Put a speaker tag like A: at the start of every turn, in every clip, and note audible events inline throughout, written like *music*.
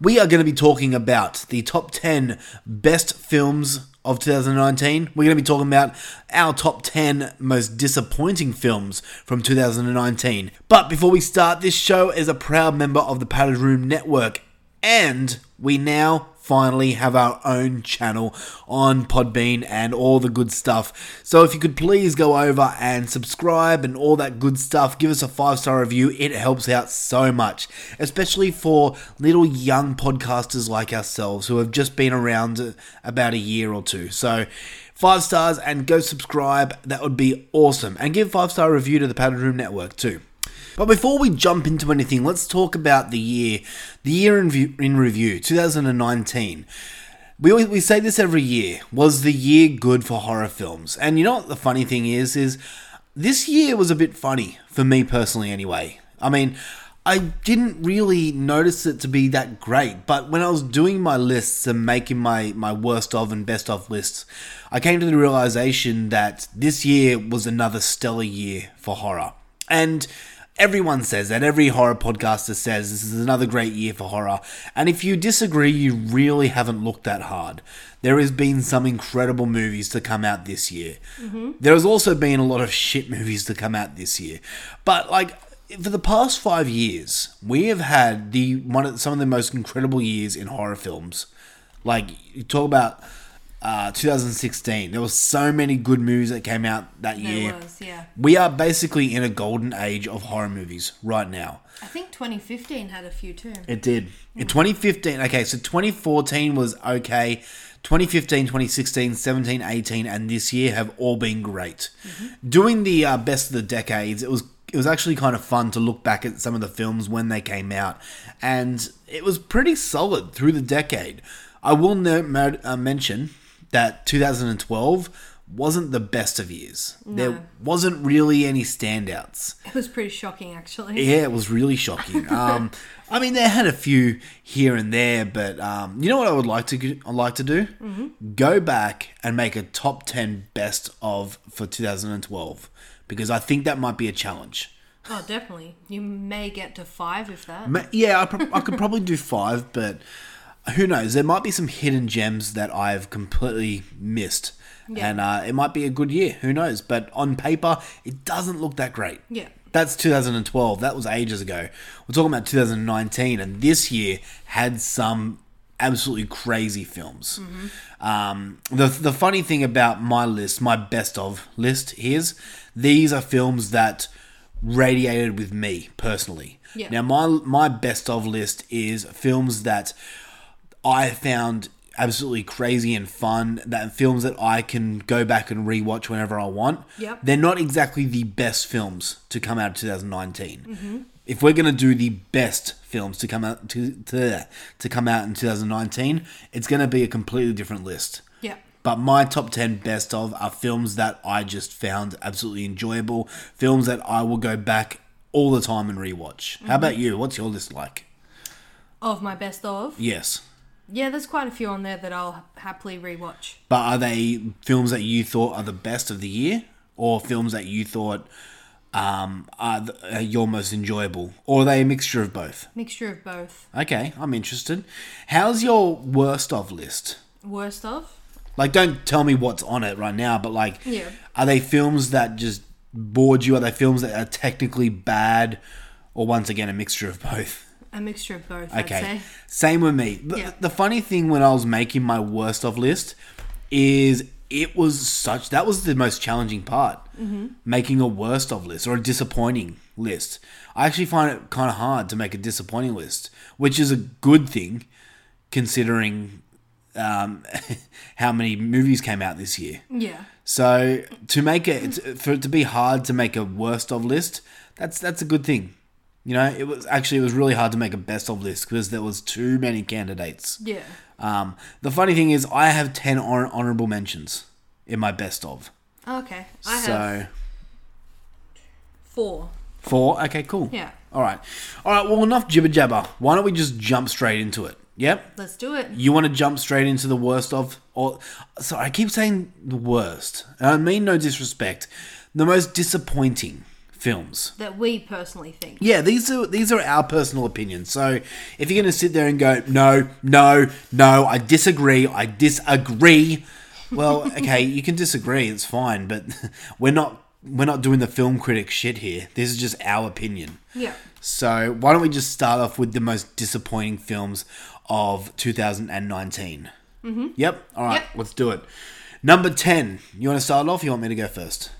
A: We are going to be talking about the top 10 best films of 2019. We're going to be talking about our top 10 most disappointing films from 2019. But before we start, this show is a proud member of the Padded Room Network. And we now finally have our own channel on Podbean and all the good stuff. So if you could please go over and subscribe and all that good stuff, give us a five star review. It helps out so much, especially for little young podcasters like ourselves who have just been around uh, about a year or two. So five stars and go subscribe. That would be awesome. And give five star review to the Padded Room Network too. But before we jump into anything, let's talk about the year, the year in, view, in review, 2019. We always, we say this every year. Was the year good for horror films? And you know what the funny thing is is this year was a bit funny for me personally anyway. I mean, I didn't really notice it to be that great, but when I was doing my lists and making my, my worst of and best of lists, I came to the realization that this year was another stellar year for horror. And everyone says that. Every horror podcaster says this is another great year for horror. And if you disagree, you really haven't looked that hard. There has been some incredible movies to come out this year.
B: Mm-hmm.
A: There has also been a lot of shit movies to come out this year. But like for the past five years, we have had the one of some of the most incredible years in horror films. Like you talk about uh, 2016, there were so many good movies that came out that
B: *laughs* There
A: year.
B: was, yeah.
A: We are basically in a golden age of horror movies right now.
B: I think 2015 had a few too.
A: It did. In 2015, okay, so 2014 was okay. 2015, 2016, 17, 18, and this year have all been great. Doing the uh, best of the decades, it was it was actually kind of fun to look back at some of the films when they came out, and it was pretty solid through the decade. I will no- mo- uh, mention that 2012 wasn't the best of years. There wasn't really any standouts.
B: It was pretty shocking, actually.
A: Yeah, it was really shocking.
B: *laughs*
A: Um, I mean, they had a few here and there, but um, you know what I would like to g- I'd like to do?
B: Mm-hmm.
A: Go back and make a top ten best of for 2012 because I think that might be a challenge.
B: Oh, definitely. You may get to five if that.
A: Ma- Yeah, I, prob- I could probably do five, but who knows? There might be some hidden gems that I've completely missed.
B: Yeah.
A: And uh, it might be a good year. Who knows? But on paper, it doesn't look that great.
B: Yeah.
A: That's 2012. That was ages ago. We're talking about 2019, and this year had some absolutely crazy films. Um, the the funny thing about my list, my best of list, is these are films that radiated with me personally.
B: Yeah.
A: Now my my best of list is films that I found absolutely crazy and fun that films that I can go back and rewatch whenever I want.
B: Yep.
A: They're not exactly the best films to come out of 2019. If we're going to do the best films to come out to to, to come out in 2019, it's going to be a completely different list.
B: Yeah.
A: But my top 10 best of are films that I just found absolutely enjoyable, films that I will go back all the time and rewatch. How about you? What's your list like?
B: Of my best of.
A: Yes.
B: Yeah, there's quite a few on there that I'll happily rewatch.
A: But are they films that you thought are the best of the year, or films that you thought um, are, th- are your most enjoyable, or are they a mixture of both?
B: Mixture of both.
A: Okay, I'm interested. How's your worst of list?
B: Worst of?
A: Like, don't tell me what's on it right now, but like,
B: Yeah.
A: are they films that just bored you? Are they films that are technically bad, or once again a mixture of both?
B: A mixture of both, I'd
A: Okay.
B: say.
A: Same with me. The,
B: Yeah.
A: the funny thing when I was making my worst of list is it was such that was the most challenging part
B: Mm-hmm.
A: making a worst of list or a disappointing list. I actually find it kind of hard to make a disappointing list, which is a good thing considering um, *laughs* how many movies came out this year.
B: Yeah.
A: So to make it for it to be hard to make a worst of list, that's that's a good thing. You know, it was actually it was really hard to make a best of list because there was too many candidates.
B: Yeah.
A: Um, the funny thing is, I have ten honor- honorable mentions in my best of.
B: Okay. I
A: so
B: have four.
A: four. Okay, cool.
B: Yeah.
A: All right. All right. Well, enough jibber jabber. Why don't we just jump straight into it? Yep.
B: Let's do it.
A: You want to jump straight into the worst of, or so I keep saying the worst, and I mean no disrespect. The most disappointing films.
B: That we personally think.
A: Yeah, these are these are our personal opinions. So if you're going to sit there and go, no, no, no, I disagree, I disagree. Well, *laughs* okay, you can disagree, it's fine, but *laughs* we're not we're not doing the film critic shit here. This is just our opinion.
B: Yeah.
A: So why don't we just start off with the most disappointing films of 2019? Mm-hmm. Yep. All right,
B: Yep.
A: let's do it. Number ten. You want to start off? You want me to go first?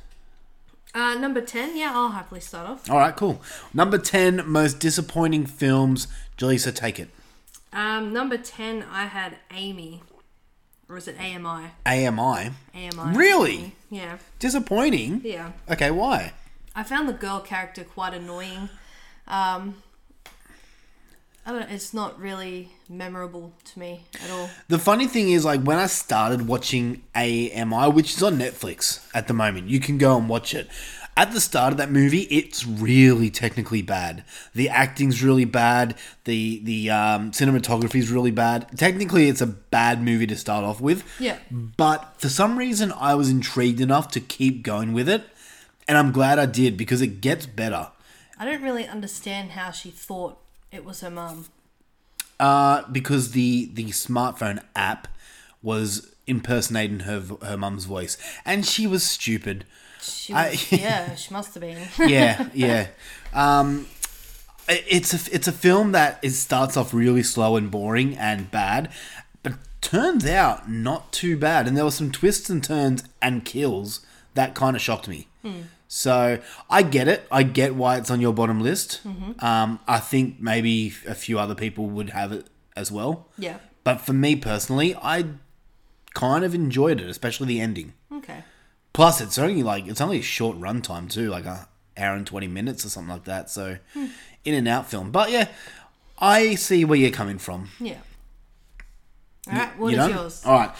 B: Uh, number 10. Yeah, I'll happily start off.
A: All right, cool. Number 10 most disappointing films. Jaleesa, take it.
B: Um, number 10, I had Amy. Or is it AMI?
A: AMI.
B: AMI.
A: Really?
B: Yeah.
A: Disappointing?
B: Yeah.
A: Okay, why?
B: I found the girl character quite annoying. Um, I don't know, it's not really memorable to me at all.
A: The funny thing is, like, when I started watching AMI, which is on Netflix at the moment, you can go and watch it. At the start of that movie, it's really technically bad. The acting's really bad. The the um, cinematography's really bad. Technically, it's a bad movie to start off with.
B: Yeah.
A: But for some reason, I was intrigued enough to keep going with it, and I'm glad I did because it gets better.
B: I don't really understand how she thought it was her mum.
A: Uh, because the the smartphone app was impersonating her her mum's voice, and she was stupid.
B: She
A: I- *laughs*
B: was- yeah, she must have been. *laughs*
A: Yeah, yeah. Um, i- it's a it's a film that it starts off really slow and boring and bad, but turns out not too bad. And there were some twists and turns and kills that kind of shocked me. So I get it. I get why it's on your bottom list. Um, I think maybe a few other people would have it as well.
B: yeah.
A: But for me personally, I kind of enjoyed it, especially the ending.
B: Okay.
A: Plus, it's only like it's only a short run time too, like an hour and twenty minutes or something like that. So,
B: Hmm.
A: in and out film. But yeah, I see where you're coming from.
B: Yeah. All right, what
A: you know?
B: is yours?
A: All right.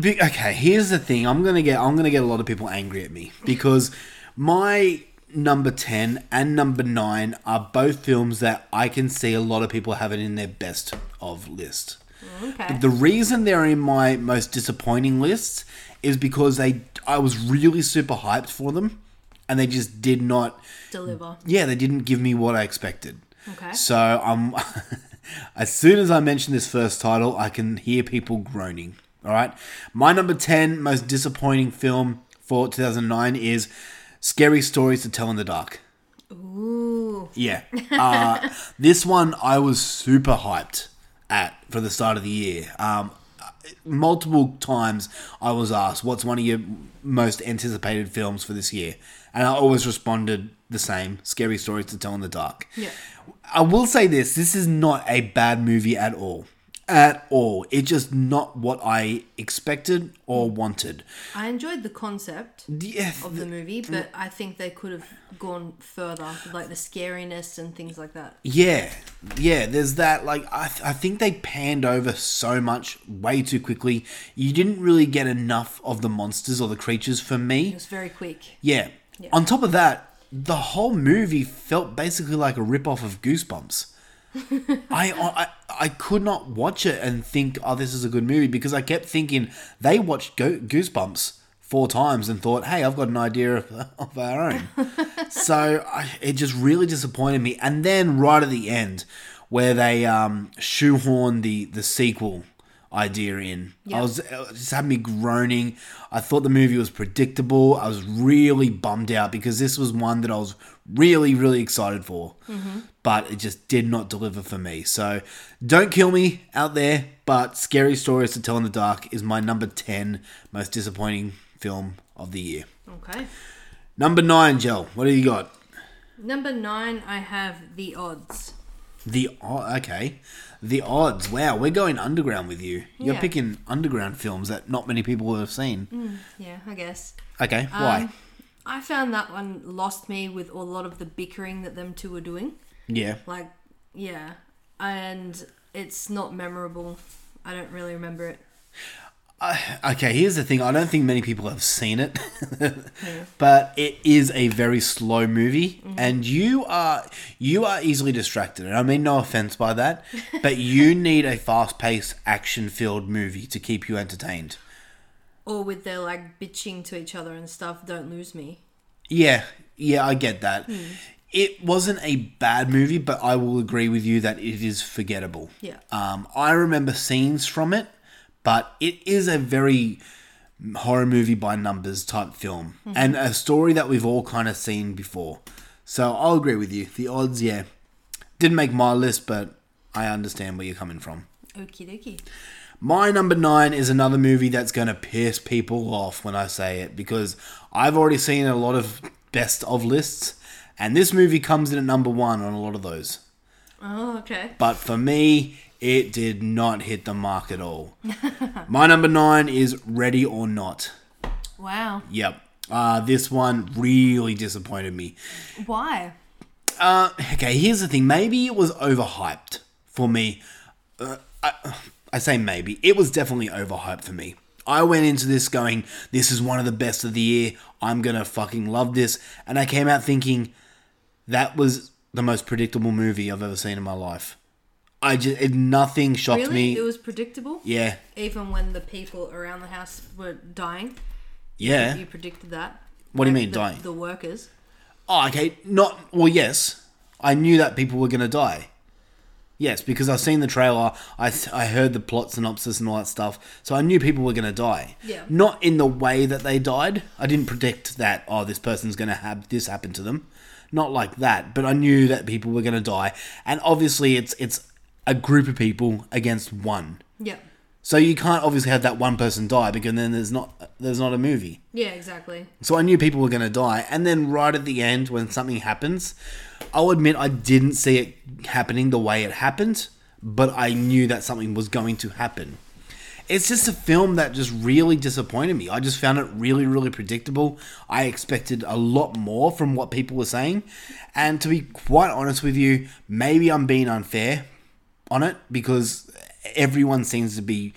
A: Be- okay, here's the thing. I'm gonna get I'm gonna get a lot of people angry at
B: *laughs*
A: me because my number ten and number nine are both films that I can see a lot of people have it in their best of list.
B: Okay.
A: The reason they're in my most disappointing list is because they I was really super hyped for them and they just did not
B: Deliver.
A: yeah, they didn't give me what I expected.
B: Okay.
A: So I'm um, *laughs* As soon as I mention this first title, I can hear people groaning. All right. My number 10 most disappointing film for 2009 is Scary Stories to Tell in the Dark.
B: Ooh.
A: Yeah. Uh, this one I was super hyped at for the start of the year. Um, multiple times I was asked, what's one of your most anticipated films for this year? And I always responded the same Scary Stories to Tell in the Dark.
B: Yeah.
A: I will say this this is not a bad movie at all. At all. It's just not what I expected or wanted.
B: I enjoyed the concept
A: Yeah,
B: of the movie, but I think they could have gone further, with, like the scariness and things like that.
A: Yeah, yeah. There's that. Like, I, th- I think they panned over so much way too quickly. You didn't really get enough of the monsters or the creatures for
B: It
A: me.
B: was very quick.
A: Yeah.
B: Yeah.
A: On top of that, the whole movie felt basically like a ripoff of Goosebumps. I, I I could not watch it and think, oh, this is a good movie because I kept thinking they watched Go- Goosebumps four times and thought, hey, I've got an idea of, *laughs* of our own. so I, it just really disappointed me. And then right at the end, where they um, shoehorn the the sequel idea in, I
B: Yeah.
A: was it just had me groaning. I thought the movie was predictable. I was really bummed out because this was one that I was really really excited for, but it just did not deliver for me. So don't kill me out there, but Scary Stories to Tell in the Dark is my number ten most disappointing film of the year.
B: Okay.
A: Number nine, Jel, what do you got?
B: Number nine, I have The Odds.
A: The oh, okay, the odds. Wow, we're going underground with you. You're
B: Yeah.
A: picking underground films that not many people will have seen.
B: Yeah, I guess.
A: Okay, why?
B: Um, I found that one lost me with a lot of the bickering that them two were doing.
A: Yeah,
B: Like, yeah. And it's not memorable. I don't really remember it.
A: okay. Here's the thing. I don't think many people have seen it, *laughs* but it is a very slow movie, and you are you are easily distracted. And I mean no offense by that, but you need a fast-paced, action-filled movie to keep you entertained.
B: Or with their like bitching to each other and stuff, don't lose me.
A: Yeah, yeah, I get that. It wasn't a bad movie, but I will agree with you that it is forgettable.
B: Yeah.
A: Um, I remember scenes from it, but it is a very horror movie by numbers type film and a story that we've all kind of seen before. So I'll agree with you. The odds, yeah. Didn't make my list, but I understand where you're coming from.
B: Okie dokie.
A: My number nine is another movie that's going to piss people off when I say it because I've already seen a lot of best of lists, and this movie comes in at number one on a lot of those.
B: Oh, okay.
A: But for me, it did not hit the mark at all. My number nine is Ready or Not.
B: Wow.
A: Yep. Uh, this one really disappointed me.
B: Why?
A: Uh, okay, here's the thing. Maybe it was overhyped for me. Uh, I, I say maybe. It was definitely overhyped for me. I went into this going, this is one of the best of the year. I'm going to fucking love this. And I came out thinking, that was the most predictable movie I've ever seen in my life. I just, it, nothing shocked
B: Really?
A: me.
B: It was predictable?
A: yeah.
B: Even when the people around the house were dying,
A: Yeah.
B: you predicted that.
A: What do you mean,
B: the,
A: dying?
B: The workers.
A: Oh, okay. Not well. Yes, I knew that people were going to die. Yes, because I've seen the trailer. I I heard the plot synopsis and all that stuff, so I knew people were going to die.
B: Yeah.
A: Not in the way that they died. I didn't predict that. Oh, this person's going to have this happen to them. Not like that, but I knew that people were going to die, and obviously it's it's a group of people against one.
B: Yeah.
A: So you can't obviously have that one person die because then there's not there's not a movie.
B: Yeah, exactly.
A: So I knew people were going to die. And then right at the end, when something happens, I'll admit I didn't see it happening the way it happened, but I knew that something was going to happen. It's just a film that just really disappointed me. I just found it really, really predictable. I expected a lot more from what people were saying. And to be quite honest with you, maybe I'm being unfair on it because everyone seems to be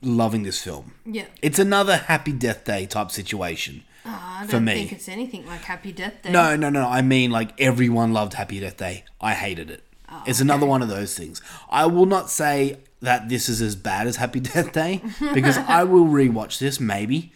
A: loving this film.
B: Yeah.
A: It's another happy death day type situation.
B: Ah, I don't
A: for me.
B: think it's anything like Happy Death Day.
A: No, no, no. I mean, like everyone loved Happy Death Day. I hated it.
B: Ah,
A: it's another one of those things. I will not say that this is as *laughs* bad as Happy Death Day because I will rewatch this maybe,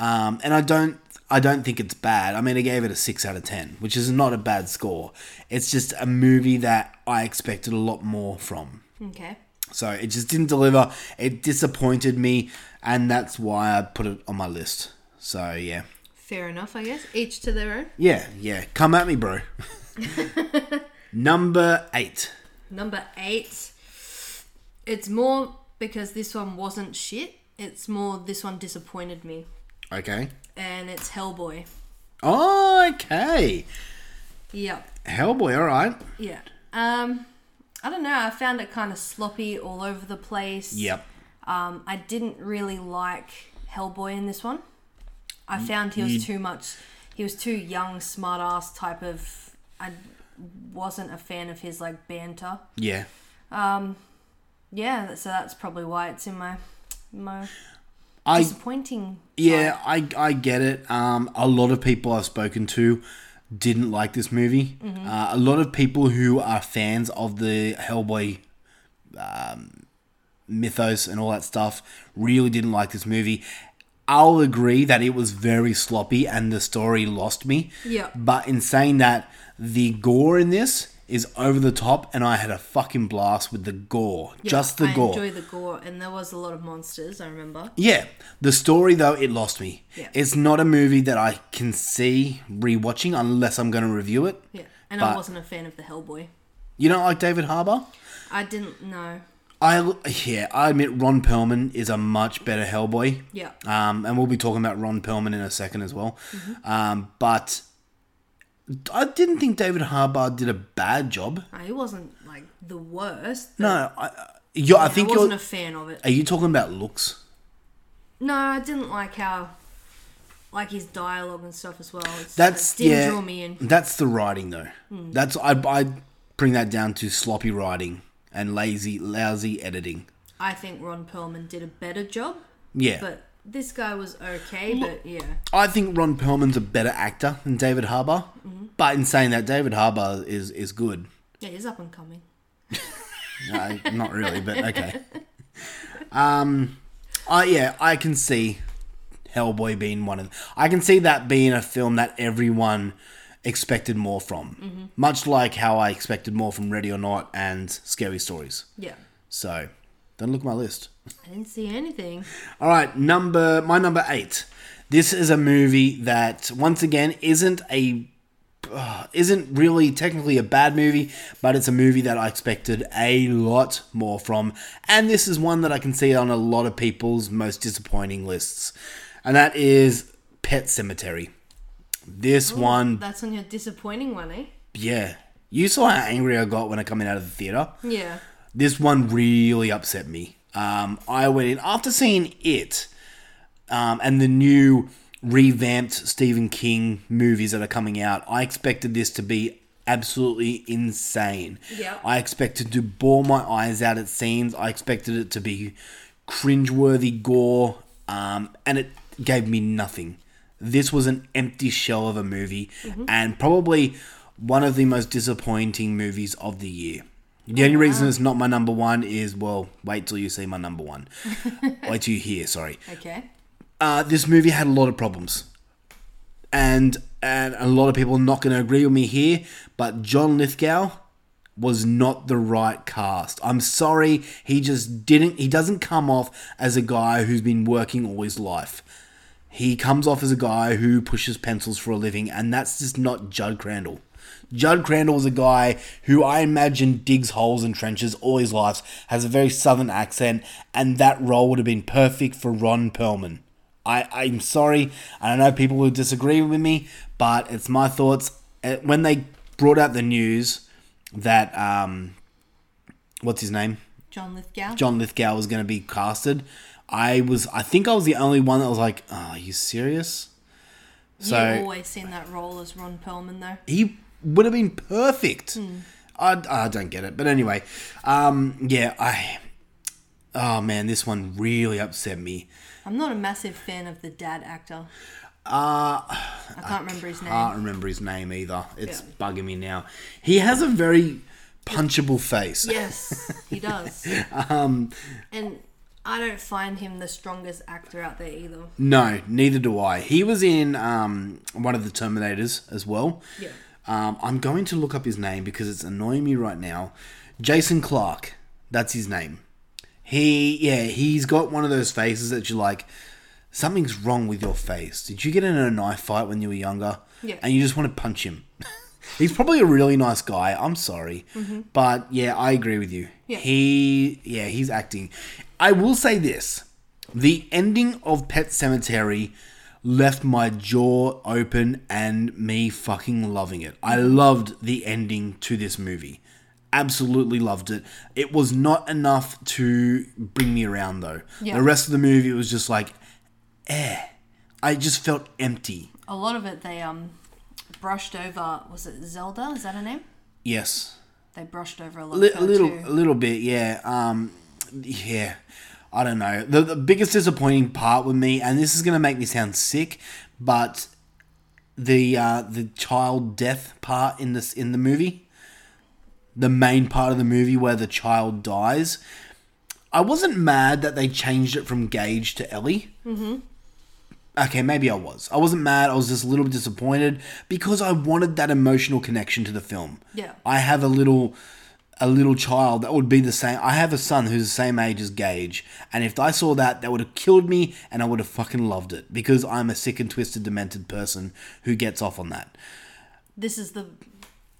A: um, and I don't. I don't think it's bad. I mean, I gave it a 6 out of 10, which is not a bad score. It's just a movie that I expected a lot more from.
B: Okay.
A: So it just didn't deliver. It disappointed me, and that's why I put it on my list. So yeah.
B: Fair enough, I guess. Each to their own.
A: Yeah, yeah. Come at me, bro. Number 8.
B: Number eight. It's more because this one wasn't shit. It's more this one disappointed me.
A: Okay.
B: And it's Hellboy.
A: Okay.
B: Yep.
A: Hellboy, all right.
B: Yeah. Um, I don't know. I found it kind of sloppy, all over the place.
A: Yep.
B: Um, I didn't really like Hellboy in this one. I
A: Mm,
B: found he was too much. He was too young, smart ass type of. I wasn't a fan of his like banter.
A: Yeah.
B: Yeah, so that's probably why it's in my my
A: I
B: disappointing.
A: yeah, I I get it. Um a lot of people I've spoken to didn't like this movie.
B: Mm-hmm.
A: Uh, a lot of people who are fans of the Hellboy um, mythos and all that stuff. Really didn't like this movie. I'll agree that it was very sloppy and the story lost me.
B: Yeah.
A: But in saying that, the gore in this is over the top, and I had a fucking blast with the gore. Just the
B: I
A: gore.
B: enjoy the gore, and there was a lot of monsters. I remember.
A: yeah. The story though, it lost me.
B: Yeah.
A: It's not a movie that I can see rewatching unless I'm going to review it.
B: Yeah, and
A: But-
B: I wasn't a fan of the Hellboy.
A: You don't like David Harbour?
B: I didn't know.
A: I yeah, I admit Ron Perlman is a much better Hellboy.
B: Yeah.
A: Um, and we'll be talking about Ron Perlman in a second as well.
B: Mm-hmm.
A: Um, but I didn't think David Harbour did a bad job.
B: No, He wasn't like the worst. but
A: No, I you I
B: I,
A: think
B: wasn't
A: you're.
B: a fan of it.
A: are you talking about looks?
B: No, I didn't like how, like his dialogue and stuff as well. It's,
A: That's
B: it didn't
A: yeah.
B: draw me in.
A: That's the writing though. That's I I bring that down to sloppy writing and lazy lousy editing.
B: I think Ron Perlman did a better job,
A: Yeah.
B: but this guy was okay. But yeah,
A: I think Ron Perlman's a better actor than David Harbour. But in saying that, David Harbour is is good.
B: yeah, he's up and coming.
A: Uh, *laughs* not really, but okay.
B: *laughs*
A: Um, I yeah, I can see Hellboy being one of. I can see that being a film that everyone expected more from,
B: Mm-hmm.
A: much like how I expected more from Ready or Not and Scary Stories.
B: Yeah,
A: So, don't look at my list.
B: I didn't see anything.
A: All right, number my number eight. This is a movie that once again isn't a uh, isn't really technically a bad movie, but it's a movie that I expected a lot more from, and this is one that I can see on a lot of people's most disappointing lists, and that is Pet Cemetery. This one,
B: That's on your disappointing one, eh?
A: yeah, you saw how angry I got when I come in out of the theater
B: Yeah.
A: this one really upset me. Um, I went in after seeing it um, and the new revamped Stephen King movies that are coming out. I expected this to be absolutely insane.
B: Yep.
A: I expected to bore my eyes out at scenes. I expected it to be cringeworthy gore, um, and it gave me nothing. This was an empty shell of a movie, and probably one of the most disappointing movies of the year. The only reason it's not my number one is well, wait till you see my number one. wait till you hear, sorry
B: Okay.
A: uh, this movie had a lot of problems, and and a lot of people are not going to agree with me here. But John Lithgow was not the right cast. I'm sorry, he just didn't. He doesn't come off as a guy who's been working all his life. He comes off as a guy who pushes pencils for a living, and that's just not Judd Crandall. Judd Crandall is a guy who I imagine digs holes and trenches all his life, has a very southern accent, and that role would have been perfect for Ron Perlman. I, I'm sorry, and I know people will disagree with me, but it's my thoughts. Uh, When they brought out the news that, um, what's his name?
B: John Lithgow.
A: John Lithgow was going to be casted, I was I think I was the only one that was like, "Oh, are you serious?"
B: You've
A: So
B: always seen that role as Ron Perlman, though.
A: he would have been perfect. I, I don't get it, but anyway, um, yeah, I. Oh man, this one really upset me.
B: I'm not a massive fan of the dad actor. Uh, I can't remember his name.
A: I can't remember his name either. It's
B: Yeah.
A: bugging me now. He has a very punchable face. *laughs* Um,
B: Yes, he does. and I don't find him the strongest actor out there either.
A: No, neither do I. He was in um, one of the Terminators as well.
B: Yeah.
A: Um, I'm going to look up his name because it's annoying me right now. Jason Clark. That's his name. He, yeah, he's got one of those faces that you're like, something's wrong with your face. Did you get in a knife fight when you were younger?
B: Yeah.
A: And you just want to punch him. *laughs* he's probably a really nice guy. I'm sorry. But yeah, I agree with you.
B: Mm-hmm. Yeah.
A: He, yeah, he's acting. I will say this the ending of Pet Cemetery left my jaw open and me fucking loving it. I loved the ending to this movie. Absolutely loved it. It was not enough to bring me around though.
B: Yeah.
A: The rest of the movie was just like, eh. I just felt empty.
B: A lot of it they um brushed over. Was it Zelda? Is that her name?
A: Yes.
B: They brushed over a lot.
A: Li-
B: of her
A: little,
B: too.
A: a little bit, yeah. Um, yeah, I don't know. The, the biggest disappointing part with me, and this is gonna make me sound sick, but the uh, the child death part in this in the movie, the main part of the movie where the child dies, I wasn't mad that they changed it from Gage to Ellie. Okay, maybe I was. I wasn't mad. I was just a little bit disappointed because I wanted that emotional connection to the film.
B: Yeah.
A: I have a little a little child that would be the same. I have a son who's the same age as Gage, and if I saw that, that would have killed me, and I would have fucking loved it because I'm a sick and twisted, demented person who gets off on that.
B: This is the.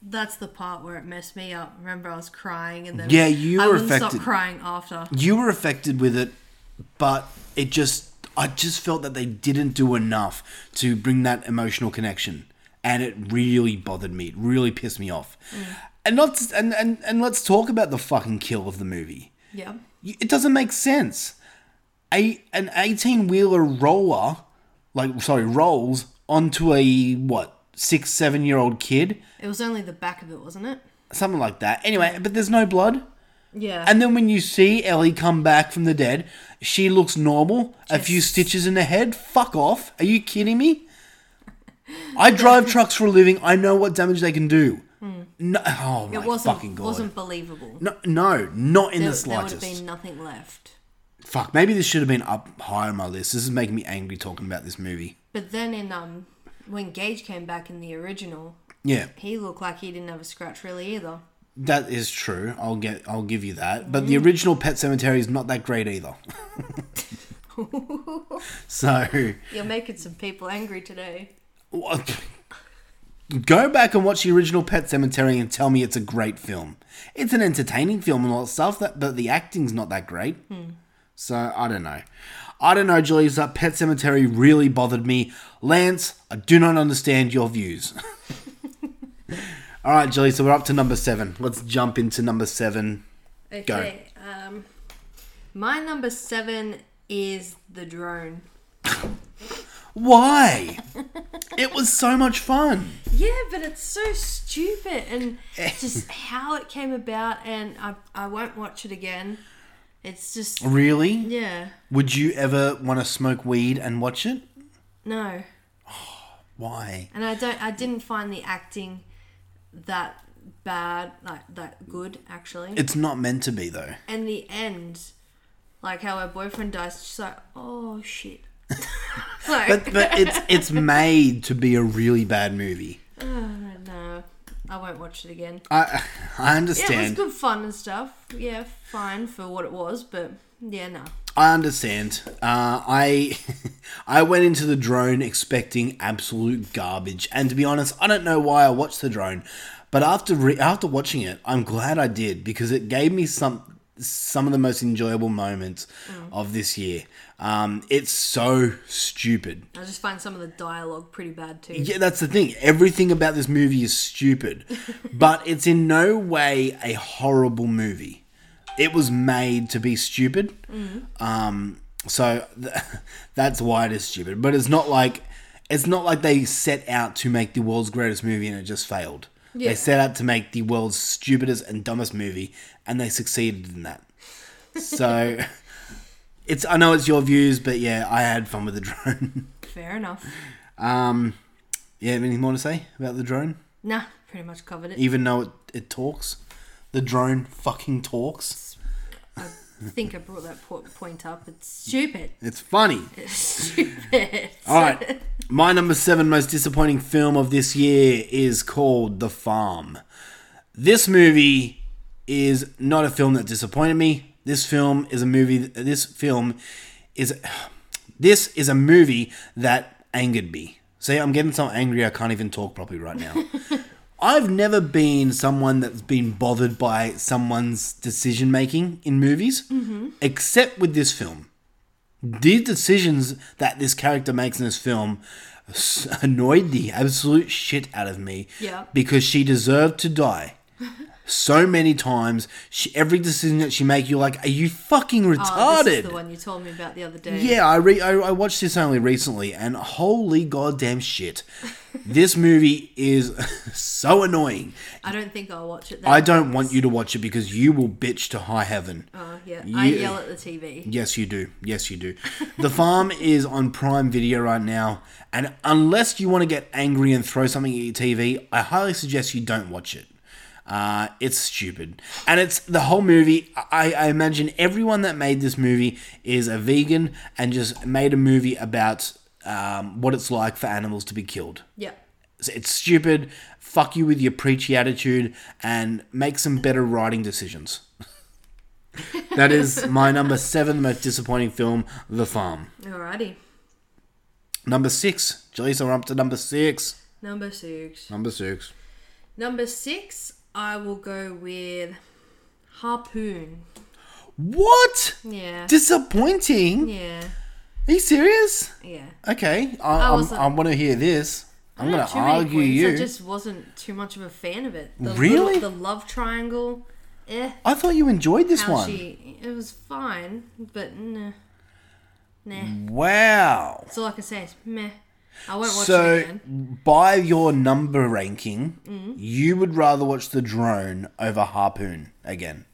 B: That's the part where it messed me up. Remember, I was crying and then
A: Yeah, you
B: I
A: were
B: wouldn't
A: affected.
B: stop crying after.
A: You were affected with it, but it just I just felt that they didn't do enough to bring that emotional connection, and it really bothered me. It really pissed me off. And not and, and and let's talk about the fucking kill of the movie.
B: Yeah,
A: It doesn't make sense. A an eighteen wheeler roller, like sorry, rolls onto a what six seven year old kid,
B: it was only the back of it, wasn't it?
A: something like that. Anyway, but there's no blood.
B: Yeah,
A: And then when you see Ellie come back from the dead, she looks normal. A
B: Just-
A: few stitches in the head. Fuck off. Are you kidding me? I
B: *laughs*
A: drive trucks for a living. I know what damage they can do. No, oh my
B: Hmm. it wasn't
A: fucking god.
B: wasn't believable.
A: no, no, not in
B: there,
A: the
B: there would have
A: slightest.
B: been nothing left.
A: Fuck, maybe this should have been up higher on my list. This is making me angry talking about this movie.
B: But then in um, when Gage came back in the original,
A: Yeah,
B: he looked like he didn't have a scratch really either.
A: that is true. I'll get, I'll give you that. But the
B: Mm.
A: original Pet Cemetery is not that great
B: *laughs*
A: either. *laughs* so,
B: You're making some people angry today.
A: What? Go back and watch the original Pet Cemetery and tell me it's a great film. It's an entertaining film and all that stuff, that, but the acting's not that great. So I don't know. I don't know, Julius. That Pet Cemetery really bothered me. Lance, I do not understand your views. all right, Julie. So we're up to number seven. Let's jump into number seven.
B: Okay. Um, my number seven is the drone.
A: Why? it was so much fun.
B: Yeah, but it's so stupid and just how it came about, and I I won't watch it again. It's just
A: Really?
B: yeah,
A: Would you ever want to smoke weed and watch it?
B: no,
A: Why?
B: and I don't. I didn't find the acting that bad, like that good actually.
A: It's not meant to be though.
B: and the end, like how her boyfriend dies, she's like, oh
A: *laughs*
B: shit. like,
A: But but it's it's made to be a really bad movie.
B: no, I won't watch it again.
A: I I
B: Yeah, it was
A: understand.
B: good fun and stuff. Yeah, fine for what it was, but yeah, no.
A: I understand. Uh, I *laughs* I went into the drone expecting absolute garbage, and to be honest, I don't know why I watched the drone. But after re- after watching it, I'm glad I did because it gave me some some of the most enjoyable moments
B: Mm.
A: of this year. Um, it's so stupid.
B: I just find some of the dialogue pretty bad too.
A: Yeah, that's the thing. Everything about this movie is stupid, but it's in no way a horrible movie. It was made to be stupid. Um, so th- *laughs* that's why it is stupid. But it's not like it's not like they set out to make the world's greatest movie and it just failed.
B: Yeah.
A: They set out to make the world's stupidest and dumbest movie, and they succeeded in that. So *laughs* it's I know it's your views, but yeah, I had fun with the drone.
B: Fair enough.
A: Um, yeah, anything more to say about the drone?
B: Nah, pretty much covered it.
A: Even though it, it talks, the drone fucking talks.
B: think I brought that po- point up. It's stupid. *laughs*
A: It's funny.
B: It's stupid.
A: *laughs* All right. My number seven most disappointing film of this year is called The Farm. This movie is not a film that disappointed me. This film is a movie. This film is. This is a movie that angered me. See, I'm getting so angry I can't even talk properly right now. I've never been someone that's been bothered by someone's decision making in movies,
B: Mm-hmm.
A: except with this film the decisions that this character makes in this film s- *laughs* annoyed the absolute shit out of me
B: Yeah.
A: because she deserved to
B: *laughs*
A: die so many times she, every decision that she make you're like are you fucking
B: *laughs* Oh, this
A: retarded
B: is the one you told me about the other day.
A: yeah, I, re- I I watched this only recently, and holy goddamn
B: *laughs*
A: shit, this movie is *laughs* so annoying.
B: I don't think I'll watch it. Then.
A: I don't want you to watch it because you will bitch to high heaven.
B: Oh, yeah. I
A: Yeah.
B: yell at the TV.
A: Yes, you do. Yes, you
B: *laughs*
A: do. the Farm is on Prime Video right now, and unless you want to get angry and throw something at your TV, I highly suggest you don't watch it. Uh, it's stupid, and it's the whole movie. I, I imagine everyone that made this movie is a vegan and just made a movie about um, what it's like for animals to be killed.
B: Yeah.
A: So It's stupid. Fuck you with your preachy attitude and make some better writing decisions. *laughs* that is my number seven most disappointing film, The Farm.
B: Alrighty.
A: Number six. Jaleesa, we're up to number six.
B: Number six.
A: Number six.
B: Number six, I will go with Harpoon.
A: What?
B: Yeah.
A: Disappointing?
B: yeah.
A: Are you serious?
B: Yeah.
A: Okay, I, I'm,
B: wasn't-
A: I want to hear this. I'm
B: I
A: going
B: had
A: to
B: too many
A: argue
B: queens.
A: you.
B: I just wasn't too much of a fan of it. The
A: Really?
B: Little, the love triangle. Eh.
A: I thought you enjoyed this
B: How
A: one.
B: she? It was fine, but nah. Nah.
A: Mm. Wow.
B: That's all I can say. Is meh. I won't watch
A: so
B: it again.
A: by your number ranking you would rather watch the drone over harpoon again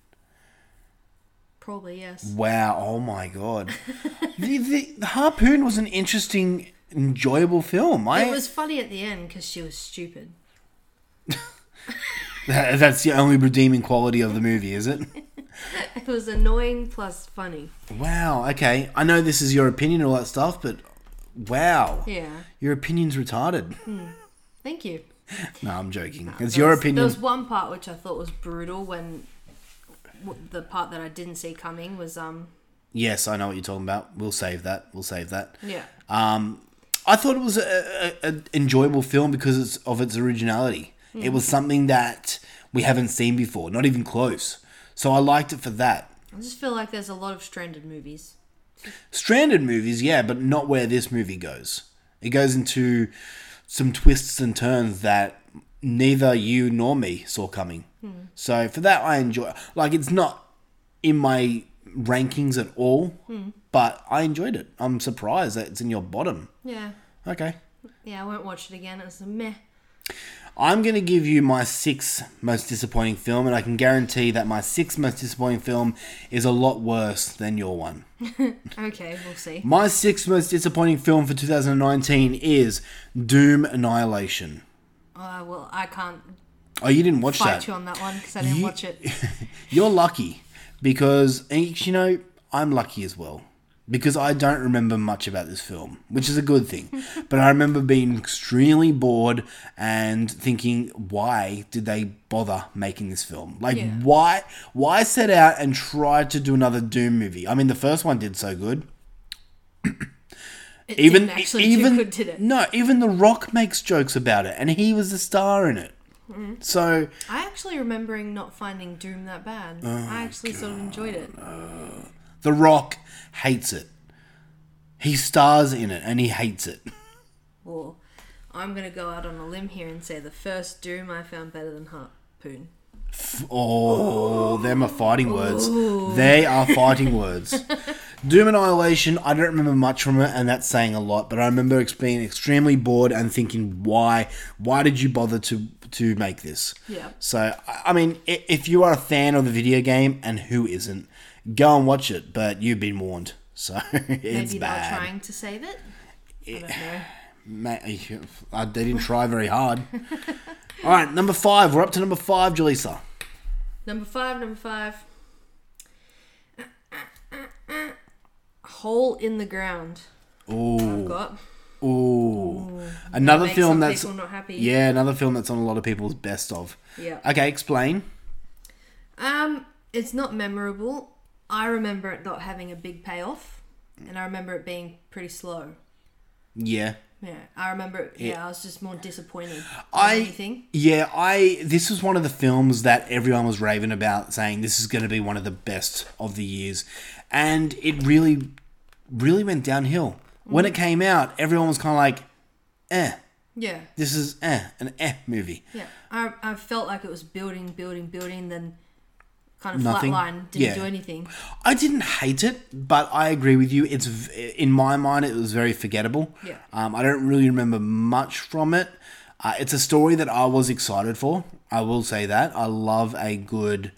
B: Probably yes.
A: wow oh my god
B: *laughs*
A: the, the, the harpoon was an interesting enjoyable film i
B: It was funny at the end because she was stupid.
A: That- *laughs* that's the only redeeming quality of the movie is
B: *laughs*
A: it
B: It was annoying plus funny.
A: wow okay i know this is your opinion and all that stuff but wow
B: Yeah.
A: your opinion's
B: *laughs*
A: retarded
B: Thank you.
A: no i'm joking it's your
B: There was- There
A: opinion
B: was one part which I thought was brutal when w- the part that I didn't see coming was um
A: yes i know what you're talking about we'll save that we'll save that
B: yeah
A: Um, I thought it was a, a, a enjoyable film because it's of its originality. It was something that we haven't seen before, not even close. So I liked it for that.
B: I just feel like there's a lot of stranded movies.
A: Stranded movies, yeah, but not where this movie goes. It goes into some twists and turns that neither you nor me saw coming. So for that, I enjoy. Like it's not in my rankings at all, but I enjoyed it. I'm surprised that it's in your bottom.
B: Yeah,
A: Okay.
B: yeah, I won't watch it again. It's a meh.
A: I'm going to give you my sixth most disappointing film, and I can guarantee that my sixth most disappointing film is a lot worse than your one.
B: Okay, we'll see.
A: My sixth most disappointing film for 2019 is Doom Annihilation.
B: Uh, well, I can't
A: Oh, you didn't watch
B: fight
A: that.
B: you on that one because I didn't
A: You-
B: watch it.
A: *laughs* You're lucky because, and you know, I'm lucky as well because I don't remember much about this film, which is a good thing.
B: *laughs*
A: but I remember being extremely bored and thinking, why did they bother making this film? Like,
B: Yeah.
A: why, why set out and try to do another Doom movie? I mean, the first one did so good.
B: It
A: Even
B: didn't actually
A: even
B: do good, did it?
A: no, even The Rock makes jokes about it, and he was the star in it.
B: Mm-hmm.
A: So
B: I actually remembering not finding Doom that bad.
A: Oh
B: I actually sort of enjoyed it.
A: The Rock hates it. He stars in it and he hates it.
B: Well, I'm gonna go out on a limb here and say the first Doom I found better than Harpoon.
A: Oh, them are fighting words. They are fighting words. Doom Annihilation, I don't remember much from it, and that's saying a lot, but I remember ex- being extremely bored and thinking, why? Why did you bother to to make this?
B: Yeah.
A: So, I I mean, i- if you are a fan of the video game, and who isn't, go and watch it, but you've been warned. So, *laughs* it's
B: Maybe
A: bad.
B: they were trying to save it. I don't know.
A: Ma- I they didn't try very
B: *laughs*
A: hard. All right, number five. We're up to number five, Jaleesa.
B: Number five, number five. Hole in the Ground. I've
A: Ooh,
B: got.
A: ooh. Another
B: makes
A: film
B: some
A: that's
B: people not happy.
A: yeah, another film that's on a lot of people's best of.
B: Yeah.
A: Okay, explain.
B: Um, it's not memorable. I remember it not having a big payoff, and I remember it being pretty slow.
A: Yeah.
B: Yeah, I remember. It, yeah, I was just more disappointed. than
A: I-
B: anything.
A: Yeah, I this was one of the films that everyone was raving about, saying this is going to be one of the best of the years, and it really, really went downhill. When
B: Mm.
A: it came out, everyone was kind of like, "Eh,
B: Yeah,
A: this is eh an eh movie."
B: yeah. I I felt like it was building, building, building, then kind of
A: Nothing.
B: flatline. Didn't
A: Yeah.
B: do anything.
A: I didn't hate it, but I agree with you. It's v- in my mind, it was very forgettable.
B: Yeah.
A: Um, I don't really remember much from it. Uh, it's a story that I was excited for. I will say that I love a good.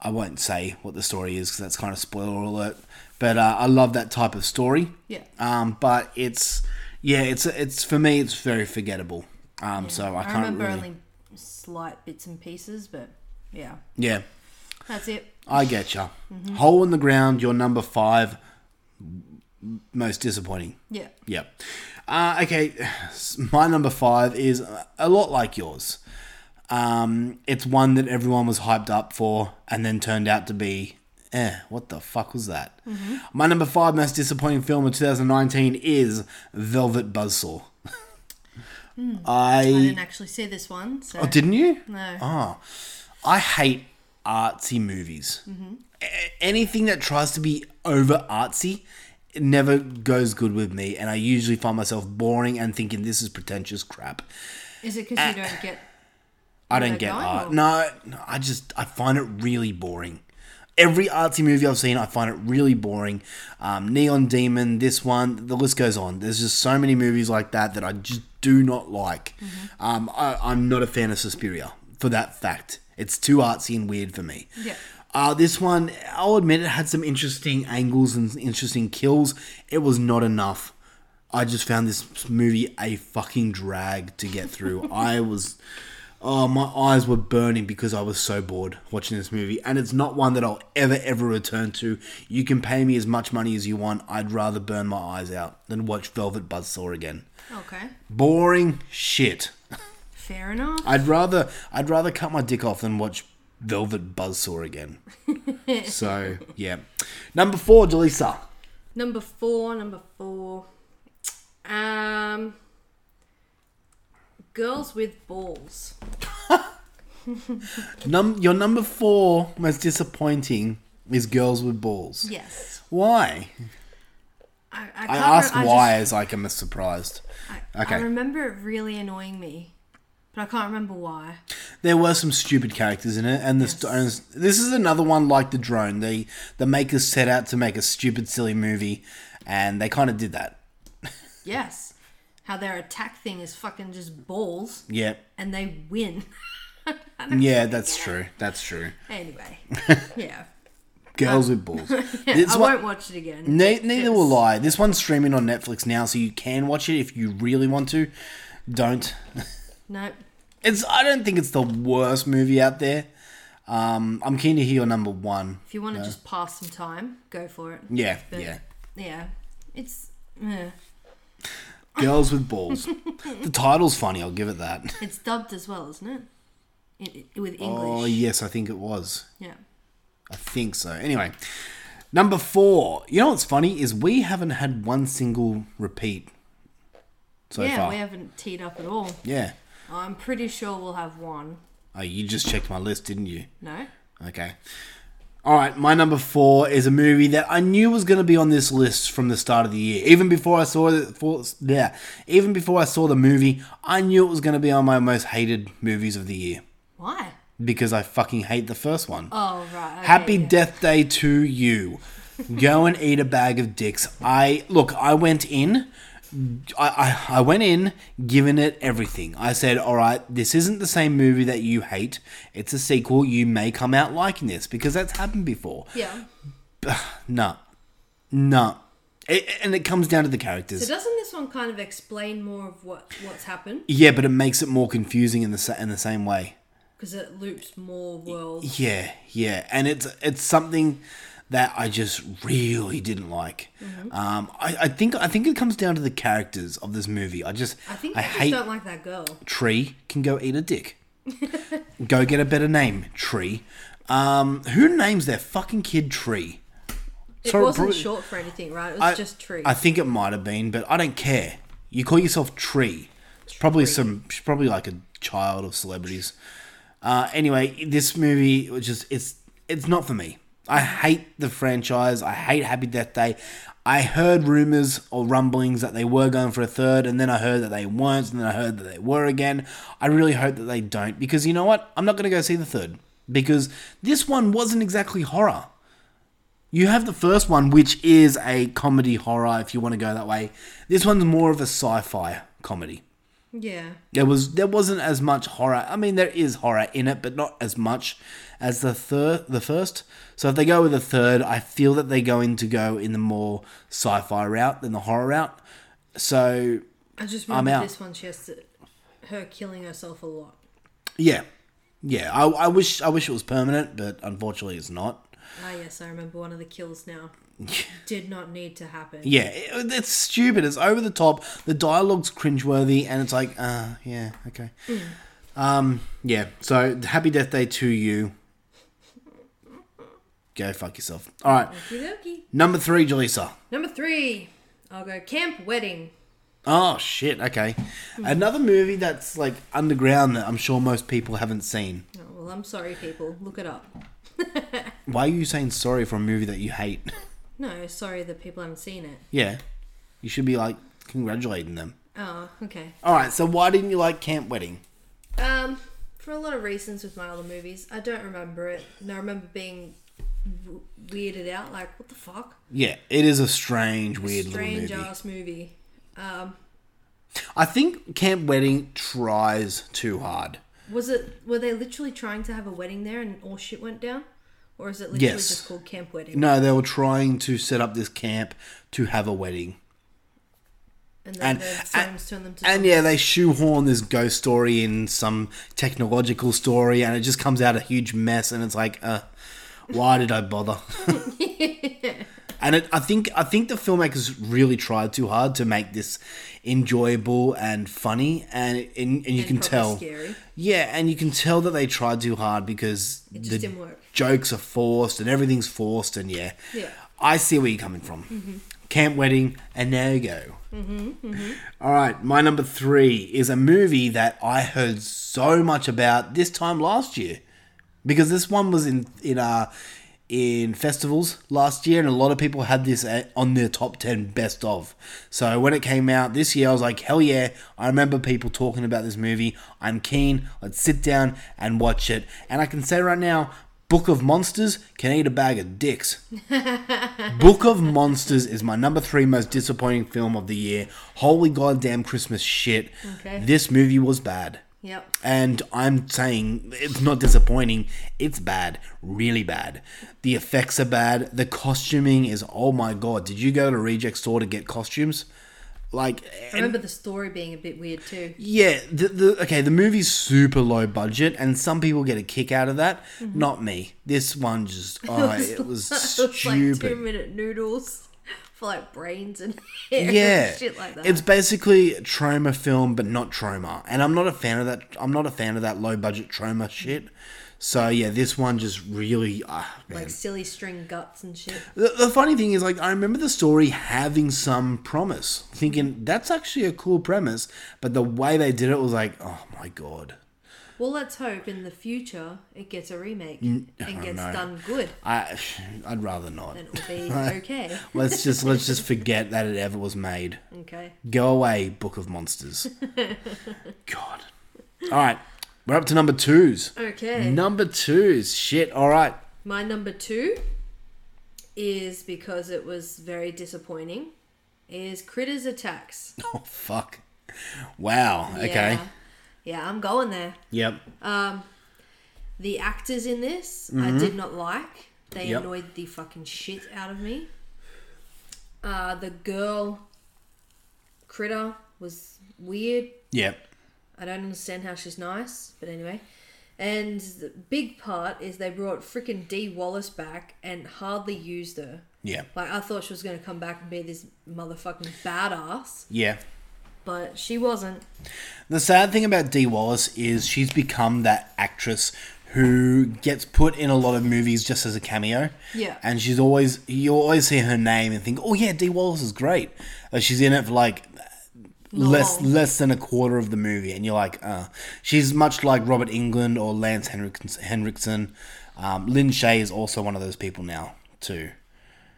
A: I won't say what the story is because that's kind of spoiler alert. But uh, I love that type of story.
B: Yeah.
A: Um, but it's yeah, it's it's for me, it's very forgettable. Um, so I
B: I,
A: can't
B: remember
A: really.
B: only slight bits and pieces, but yeah,
A: Yeah,
B: that's it.
A: I get ya. Hole in the ground. Your number five. Most disappointing.
B: Yeah,
A: Yep. Uh, okay, *sighs* my number five is a lot like yours. Um, it's one that everyone was hyped up for and then turned out to be, eh, what the fuck was that? My number five most disappointing film of 2019 is Velvet Buzzsaw. *laughs*
B: I
A: I.
B: didn't actually see this one. So
A: Oh, didn't you?
B: no.
A: Oh, I hate artsy movies. A- anything that tries to be over artsy it never goes good with me, and I usually find myself boring and thinking this is pretentious crap.
B: Is it because you don't get?
A: I
B: Is
A: don't
B: that
A: get
B: guy
A: art.
B: or-
A: No, no, I just I find it really boring. Every artsy movie I've seen, I find it really boring. Um, Neon Demon, this one, the list goes on. There's just so many movies like that that I just do not like. Um, I, I'm not a fan of Suspiria for that fact. It's too artsy and weird for me.
B: Yeah.
A: Uh, this one, I'll admit, it had some interesting angles and interesting kills. It was not enough. I just found this movie a fucking drag to get through. I was, oh, my eyes were burning because I was so bored watching this movie. And it's not one that I'll ever, ever return to. You can pay me as much money as you want. I'd rather burn my eyes out than watch Velvet Buzzsaw again.
B: Okay,
A: Boring shit.
B: fair enough.
A: I'd rather I'd rather cut my dick off than watch Velvet Buzzsaw
B: *laughs*
A: again. so yeah, number four, Jaleesa.
B: Number four, number four. Um, girls with balls.
A: Num- your number four most disappointing is Girls with Balls.
B: Yes,
A: Why?
B: I, I, can't
A: I ask
B: re- I
A: why
B: just-
A: as like I'm surprised.
B: I,
A: Okay.
B: I remember it really annoying me, but I can't remember why.
A: There were some stupid characters in it, and the stones. This is another one like the drone. The the makers set out to make a stupid, silly movie, and they kind of did that.
B: Yes, how their attack thing is fucking just balls,
A: Yeah,
B: and they win. *laughs*
A: yeah, that's true. That's true. *laughs*
B: Anyway, yeah,
A: Girls with
B: *laughs*
A: balls. This
B: Uh, I
A: one-
B: won't watch it again.
A: Ne- neither
B: It
A: will
B: was-
A: I. This one's streaming on Netflix now, so you can watch it if you really want to. Don't.
B: No,
A: It's. I don't think it's the worst movie out there. Um, I'm keen to hear your number one.
B: if you want to just pass some time, go for it.
A: Yeah,
B: But,
A: yeah.
B: yeah. It's eh.
A: Girls with balls. the title's funny. I'll give it that.
B: it's dubbed as well, isn't it? In, in- with English.
A: Oh yes, I think it was.
B: Yeah.
A: I think so. Anyway, number four. You know what's funny is we haven't had one single repeat so
B: yeah,
A: far.
B: we haven't teed up at all.
A: Yeah.
B: I'm pretty sure we'll have one.
A: Oh, you just checked my list, didn't you?
B: No?
A: Okay. All right, my number four is a movie that I knew was going to be on this list from the start of the year. Even before I saw the for, yeah, even before I saw the movie, I knew it was going to be on my most hated movies of the year
B: Why?
A: because I fucking hate the first one.
B: Oh, right. okay,
A: Happy
B: yeah.
A: Death Day to you. Go and eat a bag of dicks. I look. I went in. I, I, I went in giving it everything. I said, all right, this isn't the same movie that you hate. It's a sequel. You may come out liking this because that's happened before.
B: Yeah.
A: No, no, it, and it comes down to the characters.
B: So doesn't this one kind of explain more of what what's happened?
A: yeah, but it makes it more confusing in the sa- in the same way.
B: Because it loops more worlds.
A: Yeah, yeah, and it's it's something that I just really didn't like.
B: Mm-hmm.
A: Um, I, I think I think it comes down to the characters of this movie. I just
B: I think
A: I
B: I just
A: hate
B: don't like that girl.
A: tree can go eat a
B: *laughs*
A: dick. go get a better name, tree. Um, who names their fucking kid tree?
B: It
A: Sorry,
B: wasn't
A: bro-
B: short for anything, right? It was
A: I-
B: just tree.
A: I think it might have been, but I don't care. You call yourself Tree. It's probably some. She's probably like a child of celebrities. Uh, anyway, this movie was just it's it's not for me. I hate the franchise. I hate Happy Death Day. I heard rumors or rumblings that they were going for a third, and then I heard that they weren't, and then I heard that they were again. I really hope that they don't because you know what? I'm not going to go see the third because this one wasn't exactly horror. You have the first one, which is a comedy horror, if you want to go that way. This one's more of a sci-fi comedy.
B: yeah.
A: There was there wasn't as much horror. I mean, there is horror in it, but not as much as the third, the first. So if they go with the third, I feel that they're going to go in the more sci-fi route than the horror route. So
B: I just
A: I'm
B: remember
A: out.
B: this one. She has to, her killing herself a lot.
A: yeah, yeah. I, I wish I wish it was permanent, but unfortunately, it's not.
B: Ah, yes, I remember one of the
A: *laughs*
B: kills now. Did not need to happen.
A: Yeah, it, it's stupid. It's over the top. The dialogue's cringeworthy, and it's like, uh, yeah, okay. Um, yeah. So happy death day to you. Go fuck yourself. All right,
B: Okey-dokey.
A: number three, Jaleesa.
B: Number three, I'll go camp wedding.
A: Oh shit. Okay, another movie that's like underground that I'm sure most people haven't seen.
B: Oh, well, I'm sorry, people. Look it up.
A: Why are you saying sorry for a movie that you hate? *laughs*
B: No, sorry that people haven't seen it.
A: yeah, you should be like congratulating them.
B: Oh, okay.
A: All right. So why didn't you like Camp Wedding?
B: Um, for a lot of reasons with my other movies, I don't remember it. And I remember being w- weirded out, like, what the fuck?
A: Yeah, it is a strange, weird little
B: Strange
A: movie.
B: ass movie. Um,
A: I think Camp Wedding tries too hard.
B: was it? Were they literally trying to have a wedding there, and all shit went down, or is it literally
A: Yes.
B: just called camp wedding?
A: No, they were trying to set up this camp to have a wedding.
B: And
A: and-
B: then the Sims turned them to
A: And yeah, they shoehorn this ghost story in some technological story and it just comes out a huge mess and it's like, uh, why did I
B: *laughs*
A: bother? and it, I think I think the filmmakers really tried too hard to make this enjoyable and funny and it, and, and you
B: And
A: can
B: probably
A: tell
B: scary.
A: Yeah, and you can tell that they tried too hard because
B: It just didn't work.
A: jokes are forced and everything's forced and yeah.
B: Yeah.
A: I see where you're coming from. Camp wedding a no go. All right, my number three is a movie that I heard so much about this time last year because this one was in in uh in festivals last year and a lot of people had this uh, on their top 10 best of so when it came out this year i was like hell yeah i remember people talking about this movie i'm keen let's sit down and watch it and i can say right now book of monsters can eat a bag of dicks Book of Monsters is my number three most disappointing film of the year. Holy goddamn Christmas shit.
B: Okay.
A: This movie was bad.
B: Yep.
A: And I'm saying it's not disappointing, it's bad. Really bad. The effects are bad. The costuming is oh my god. Did you go to Reject Store to get costumes? Like
B: I remember the story being a bit weird too.
A: yeah, the, the okay, the movie's super low budget, and some people get a kick out of that. Not me. This one just
B: *laughs*
A: oh, it was
B: It's like two
A: stupid.
B: minute noodles *laughs* for like brains and *laughs*
A: *laughs*
B: hair
A: yeah
B: and shit like that.
A: it's basically trauma film but not trauma and i'm not a fan of that i'm not a fan of that low budget trauma shit so yeah this one just really ah, man.
B: like silly string guts and shit.
A: the, the funny thing is like i remember the story having some promise thinking that's actually a cool premise but the way they did it was like oh my god
B: Well, let's hope in the future it gets a remake and gets
A: no.
B: done good,
A: i *sighs* i'd rather not
B: *laughs* and it'll be okay.
A: *laughs* let's just let's just forget that it ever was made
B: Okay.
A: Go away, Book of
B: *laughs*
A: Monsters. God. All right, we're up to number twos.
B: Okay.
A: Number twos. Shit. All right. *laughs*
B: My number two is because it was very disappointing. Is Critters Attacks.
A: Oh fuck. Wow. Okay.
B: Yeah. Yeah, I'm going there.
A: Yep.
B: The actors in this I did not like. They
A: Mm-hmm. Yep.
B: annoyed the fucking shit out of me. Uh, the girl critter was weird.
A: Yep.
B: I don't understand how she's nice, but anyway. And the big part is they brought freaking Dee Wallace back and hardly used her.
A: Yeah.
B: Like I thought she was going to come back and be this motherfucking badass,
A: Yeah.
B: but she wasn't.
A: The sad thing about Dee Wallace is she's become that actress who gets put in a lot of movies just as a cameo.
B: Yeah.
A: And she's always, you always hear her name and think, oh yeah, Dee Wallace is great. Uh, she's in it for like less
B: long.
A: less than a quarter of the movie, and you're like, uh. She's much like Robert England or Lance Henriksen. Henriksen. Um, Lynn Shay is also one of those people now, too.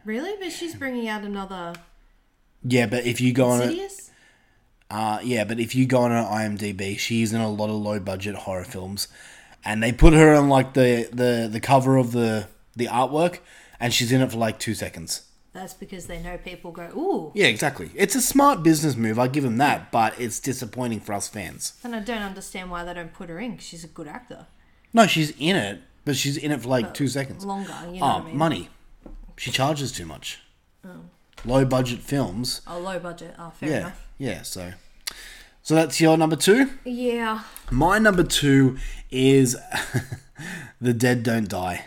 B: Really? But she's bringing out another
A: Yeah, but if you go on it,
B: Sidious?
A: Uh, yeah, but if you go on her IMDb, she's in a lot of low budget horror films, and they put her on like the the the cover of the the artwork, and she's in it for like two seconds.
B: That's because they know people go, ooh.
A: Yeah, exactly. It's a smart business move. I give them that, but it's disappointing for us fans.
B: And I don't understand why they don't put her in 'cause she's a good actor.
A: No, she's in it, but she's in it for like two seconds.
B: Longer, you know
A: oh,
B: what I mean?
A: money. She charges too much. Low budget films.
B: Oh, low budget. Oh, fair
A: Yeah,
B: enough.
A: yeah. So, so that's your number two.
B: Yeah.
A: My number two is *laughs* The Dead Don't Die.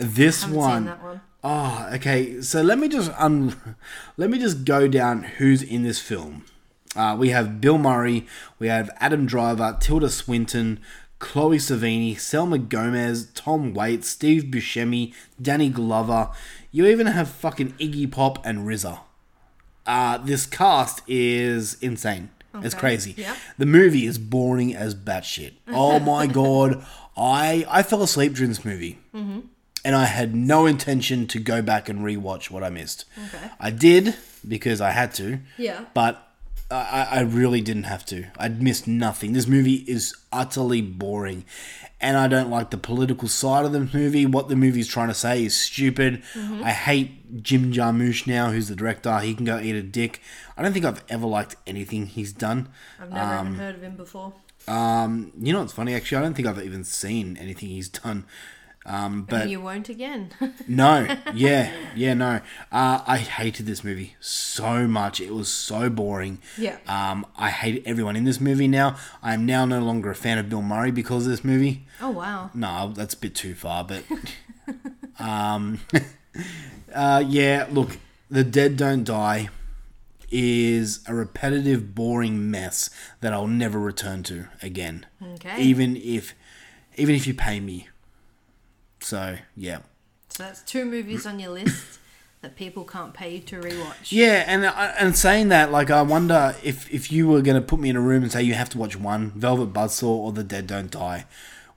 A: This
B: Haven't
A: one.
B: seen that one.
A: Oh, okay. So let me just un- *laughs* let me just go down who's in this film. Uh, we have Bill Murray, we have Adam Driver, Tilda Swinton, Chloe Savini, Selma Gomez, Tom Waits, Steve Buscemi, Danny Glover. You even have fucking Iggy Pop and RZA. Uh, this cast is insane. It's
B: Okay.
A: crazy.
B: Yeah.
A: The movie is boring as batshit.
B: *laughs*
A: Oh my god, I I fell asleep during this movie
B: Mm-hmm.
A: and I had no intention to go back and rewatch what I missed.
B: Okay.
A: I did because I had to.
B: Yeah.
A: But I, I- I really didn't have to. I'd missed nothing. This movie is utterly boring. And I don't like the political side of the movie. What the movie's trying to say is stupid. I hate Jim Jarmusch now, who's the director. He can go eat a dick. I don't think I've ever liked anything he's done.
B: I've never
A: Um,
B: even heard of him before.
A: You know what's funny? Actually, I don't think I've even seen anything he's done. Um, but
B: you won't again. *laughs*
A: No, yeah, yeah, no. Uh, I hated this movie so much. It was so boring.
B: Yeah.
A: Um, I hate everyone in this movie now. I am now no longer a fan of Bill Murray because of this movie.
B: oh, wow.
A: No, that's a bit too far,
B: *laughs*
A: but. um, *laughs* uh, yeah, look, The Dead Don't Die is a repetitive, boring mess that I'll never return to again.
B: Okay.
A: Even if, even if you pay me. So yeah.
B: So that's two movies on your list that people can't pay you to rewatch.
A: Yeah, and I- and saying that, like, I wonder if if you were going to put me in a room and say you have to watch one, Velvet Buzzsaw or The Dead Don't Die,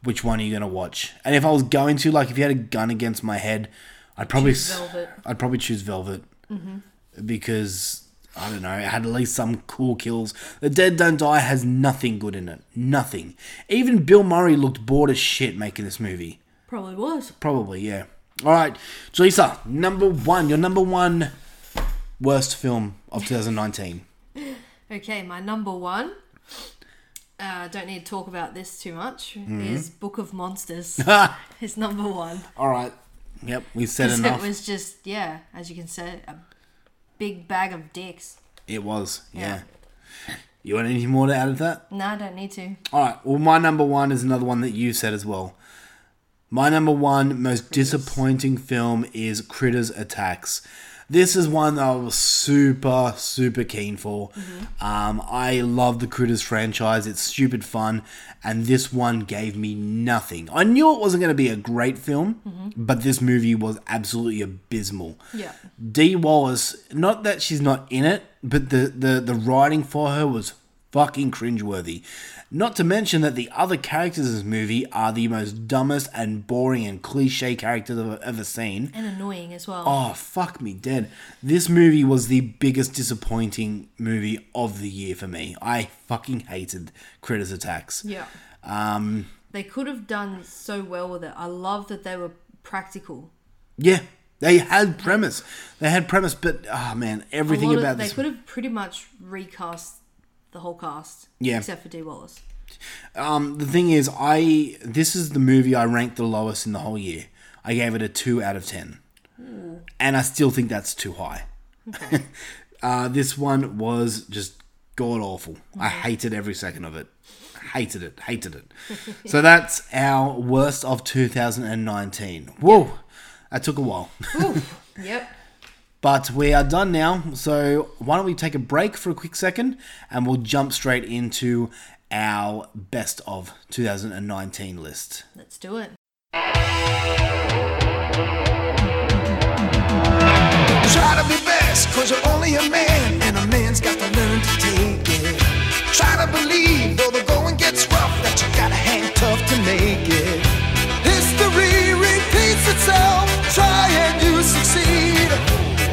A: which one are you going to watch? And if I was going to, like, if you had a gun against my head, I'd probably
B: Choose
A: s-
B: Velvet. Mm-hmm.
A: I'd probably choose Velvet because I don't know, it had at least some cool kills. The Dead Don't Die has nothing good in it, nothing. Even Bill Murray looked bored as shit making this movie.
B: Probably was.
A: Probably, yeah. All right, Jaleesa, number one, your number one worst film of 2019.
B: Okay, my number one. Uh, don't need to talk about this too much.
A: Mm-hmm.
B: Is Book of Monsters
A: *laughs*
B: *laughs* is number one.
A: All right. Yep, we've said
B: 'Cause
A: enough.
B: It was just yeah, as you can say, a big bag of dicks.
A: yeah. You want anything more to add to that?
B: No, I don't need to.
A: All right. Well, my number one is another one that you said as well. My number one most disappointing film is Critters Attacks. This is one that I was super, super keen for. Um, I love the Critters franchise. It's stupid fun. And this one gave me nothing. I knew it wasn't going to be a great film, but this movie was absolutely abysmal.
B: Yeah.
A: Dee Wallace, not that she's not in it, but the, the, the writing for her was fucking cringeworthy. Not to mention that the other characters in this movie are the most dumbest and boring and cliche characters I've ever seen.
B: And annoying as well.
A: Oh, fuck me dead. This movie was the biggest disappointing movie of the year for me. I fucking hated Critters Attacks.
B: Yeah. Um, they could have done so well with it. I love that they were practical.
A: Yeah, they had premise. They had premise, but, oh man,
B: A
A: everything
B: lot of-
A: about
B: they
A: this.
B: could have pretty much recast the whole cast.
A: Yeah.
B: Except for D Wallace.
A: Um, the thing is, I this is the movie I ranked the lowest in the whole year. I gave it a two out of ten, and I still think that's too high. *laughs* uh, this one was just god awful. I hated every second of it. Hated it. Hated it. so that's our worst of 2019. Whoa, that took a while.
B: Yep.
A: But we are done now, so why don't we take a break for a quick second and we'll jump straight into our best of 2019 list.
B: Let's do it.
C: Try to be best, cause you're only a man, and a man's got to learn to take it. Try to believe, though the going gets rough, that you gotta hang tough to make it. History repeats itself, try and you succeed.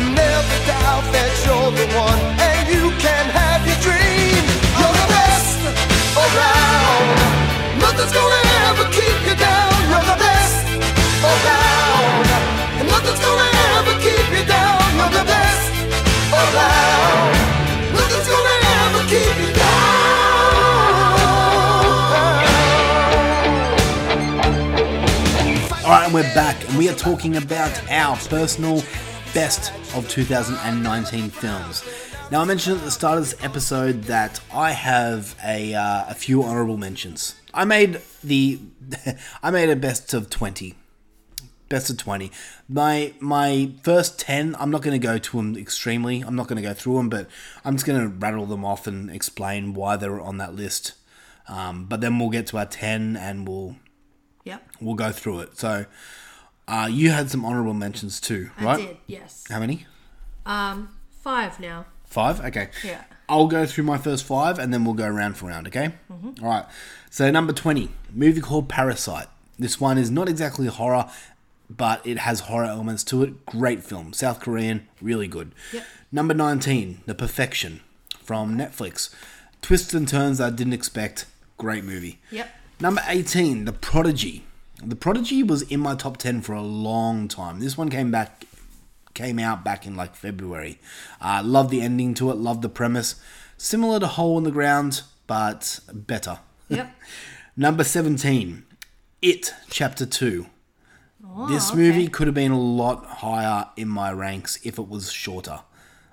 C: Never doubt that you're the one, and you can have your dream. You're the best around. Nothing's gonna ever keep you down. You're the best around. And nothing's gonna ever keep you down. You're the best around. Nothing's gonna ever keep you down.
A: All right, and we're back, and we are talking about our personal best of 2019 films. Now, I mentioned at the start of this episode that I have a, uh, a few honorable mentions. I made the *laughs* I made a best of 20 best of 20 my my first 10 i'm not going to go to them extremely i'm not going to go through them but i'm just going to rattle them off and explain why they were on that list um, but then we'll get to our 10 and we'll
B: Yep.
A: we'll go through it so uh, you had some honorable mentions too
B: I
A: right
B: did, yes.
A: how many
B: Um, five now.
A: Five? Okay.
B: Yeah.
A: I'll go through my first five and then we'll go round for round, okay?
B: Mm-hmm.
A: All right. So, number 20, movie called Parasite. This one is not exactly horror, but it has horror elements to it. Great film. South Korean, really good.
B: Yep.
A: Number 19, The Perfection from Netflix. Twists and turns I didn't expect. Great movie.
B: Yep.
A: Number 18, The Prodigy. The Prodigy was in my top 10 for a long time. This one came back came out back in like February. Uh, love the ending to it, love the premise. Similar to Hole in the Ground, but better. *laughs*
B: Yep.
A: Number 17, It Chapter 2. this
B: Oh, okay.
A: movie could have been a lot higher in my ranks if it was shorter.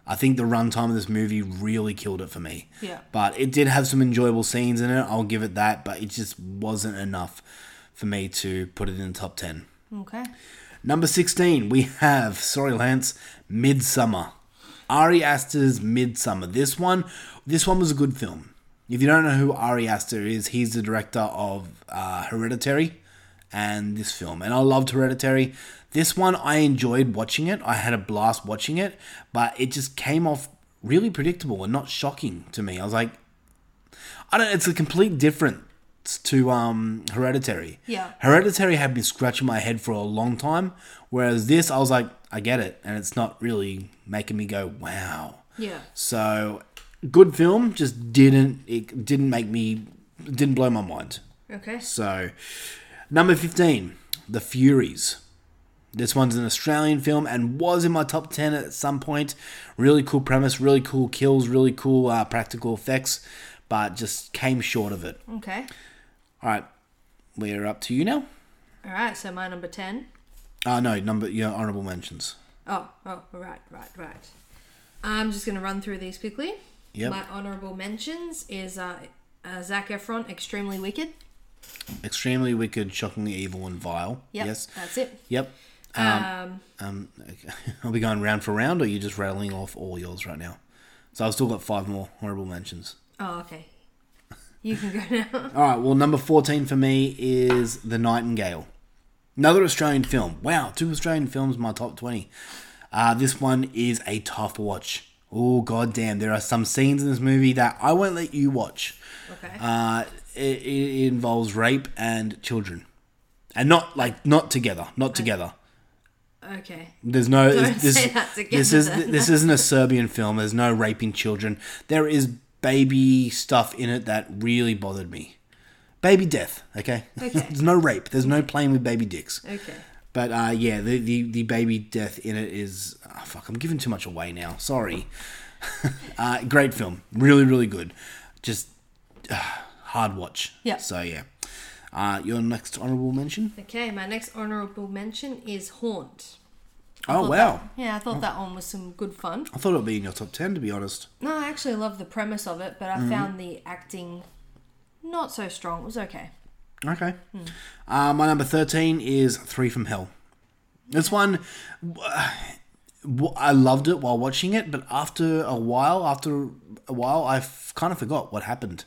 A: I think the runtime of this movie really killed it for me.
B: Yeah.
A: But it did have some enjoyable scenes in it, I'll give it that, but it just wasn't enough for me to put it in the top 10.
B: okay.
A: Number 16, we have, sorry Lance, Midsummer. Ari Aster's Midsummer. This one, this one was a good film. If you don't know who Ari Aster is, he's the director of uh, Hereditary and this film. And I loved Hereditary. This one, I enjoyed watching it. I had a blast watching it, but it just came off really predictable and not shocking to me. I was like, I don't. It's a complete difference to um Hereditary.
B: Yeah.
A: Hereditary had been scratching my head for a long time, whereas this, I was like, I get it, and it's not really making me go, wow.
B: Yeah.
A: So, good film, just didn't it didn't make me didn't blow my mind.
B: Okay.
A: So, number 15, The Furies. This one's an Australian film and was in my top 10 at some point. Really cool premise, really cool kills, really cool uh, practical effects, but just came short of it.
B: Okay.
A: All right, we're up to you now.
B: All right. So my number ten.
A: Uh, no, number your honorable mentions.
B: Oh. Oh. Right. Right. Right. I'm just gonna run through these quickly.
A: Yep.
B: My honorable mentions is uh, uh, Zach Efron, Extremely Wicked.
A: Extremely wicked, shockingly evil, and vile.
B: Yep,
A: Yes.
B: That's it.
A: Yep.
B: Um.
A: Um, *laughs* okay. are we going round for round, or are you just rattling off all yours right now? So I've still got five more honorable mentions.
B: Oh. Okay. You can go *laughs* now.
A: All right. Well, number fourteen for me is The Nightingale, another Australian film. Wow, two Australian films in my top twenty. Uh, this one is a tough watch. Oh goddamn! There are some scenes in this movie that I won't let you watch.
B: Okay.
A: Uh, it, it involves rape and children, and not like not together, not together.
B: okay.
A: There's no.
B: Don't
A: this,
B: say that together
A: this is
B: then.
A: this isn't a Serbian film. There's no raping children. There is baby stuff in it that really bothered me. Baby death. Okay.
B: Okay.
A: *laughs* There's no rape. There's no playing with baby dicks.
B: Okay.
A: But uh, yeah, the, the the baby death in it is oh, fuck. I'm giving too much away now. Sorry. *laughs* uh, great film. Really really good. Just uh, hard watch.
B: Yeah.
A: So yeah. Uh, your next honorable mention.
B: Okay. My next honorable mention is Haunt.
A: Oh
B: Thought
A: wow. Oh.
B: that- yeah, I thought that one was some good fun.
A: I thought it would be in your top ten to be honest. Mm-hmm.
B: No, I actually love the premise of it, but I found the acting Not so strong. It was okay.
A: Okay. Uh, my number 13 is Three from Hell. This one, uh, w- I loved it while watching it, but after a while, after a while, I f- kind of forgot what happened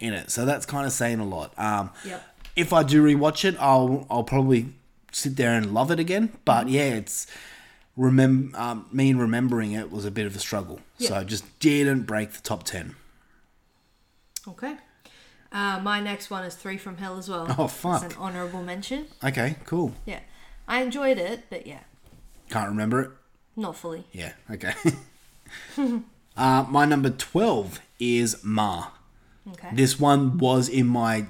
A: in it. So that's kind of saying a lot. Um,
B: Yep.
A: If I do rewatch it, I'll I'll probably sit there and love it again. But yeah, it's remem- um, me remembering it was a bit of a struggle. So I just didn't break the top 10.
B: Okay. Uh, my next one is Three from Hell as well.
A: Oh,
B: It's
A: fuck.
B: an honorable mention.
A: Okay, cool.
B: Yeah. I enjoyed it, but yeah,
A: Can't remember it.
B: not fully.
A: Yeah, okay. *laughs* uh, my number 12 is Ma.
B: Okay.
A: This one was in my,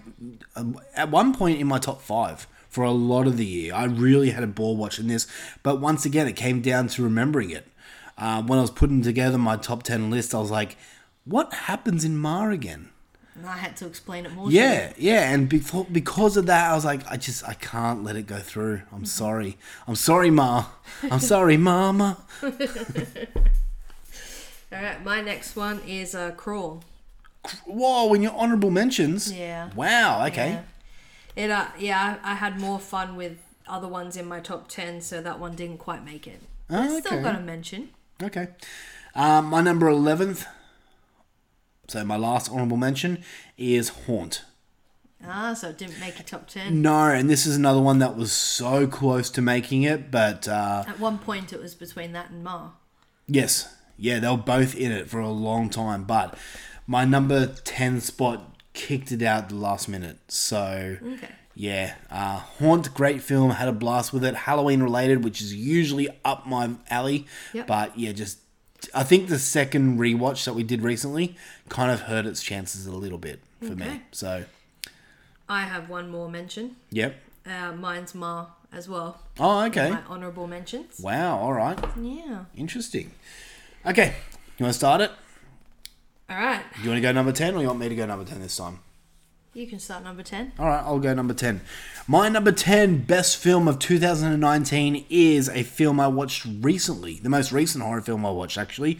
A: um, at one point in my top five for a lot of the year. I really had a ball watching this, but once again, it came down to remembering it. Uh, when I was putting together my top 10 list, I was like, what happens in Ma again?
B: and I had to explain it more. to
A: Yeah,
B: you.
A: yeah, and before, because of that, I was like, I just, I can't let it go through. I'm sorry. I'm sorry, Ma. I'm sorry, Mama.
B: All right. My next one is uh, Crawl.
A: Whoa, in your honorable mentions.
B: Yeah.
A: Wow, okay.
B: Yeah. It. Uh, yeah. I I had more fun with other ones in my top ten, so that one didn't quite make it. But it's still
A: Oh, okay.
B: got a mention.
A: Okay. Um, my number 11th, so my last honorable mention, is Haunt.
B: Ah, so it didn't make a top ten.
A: No, and this is another one that was so close to making it, but uh,
B: At one point, it was between that and Ma.
A: yes, yeah, they were both in it for a long time, but my number 10 spot kicked it out at the last minute, so.
B: Okay.
A: Yeah, uh, Haunt, great film. Had a blast with it. Halloween related, which is usually up my alley.
B: Yep.
A: But yeah, just I think the second rewatch that we did recently kind of hurt its chances a little bit for me.
B: Okay.
A: So,
B: I have one more mention.
A: yep.
B: Uh, mine's Ma as well.
A: Oh, okay.
B: My honorable mentions.
A: Wow. All right.
B: Yeah.
A: Interesting. Okay, you want to start it?
B: All right.
A: Do you want to go number ten, or you want me to go number ten this time?
B: You can start number ten.
A: All right, I'll go number 10. My number 10 best film of 2019 is a film I watched recently, the most recent horror film I watched actually,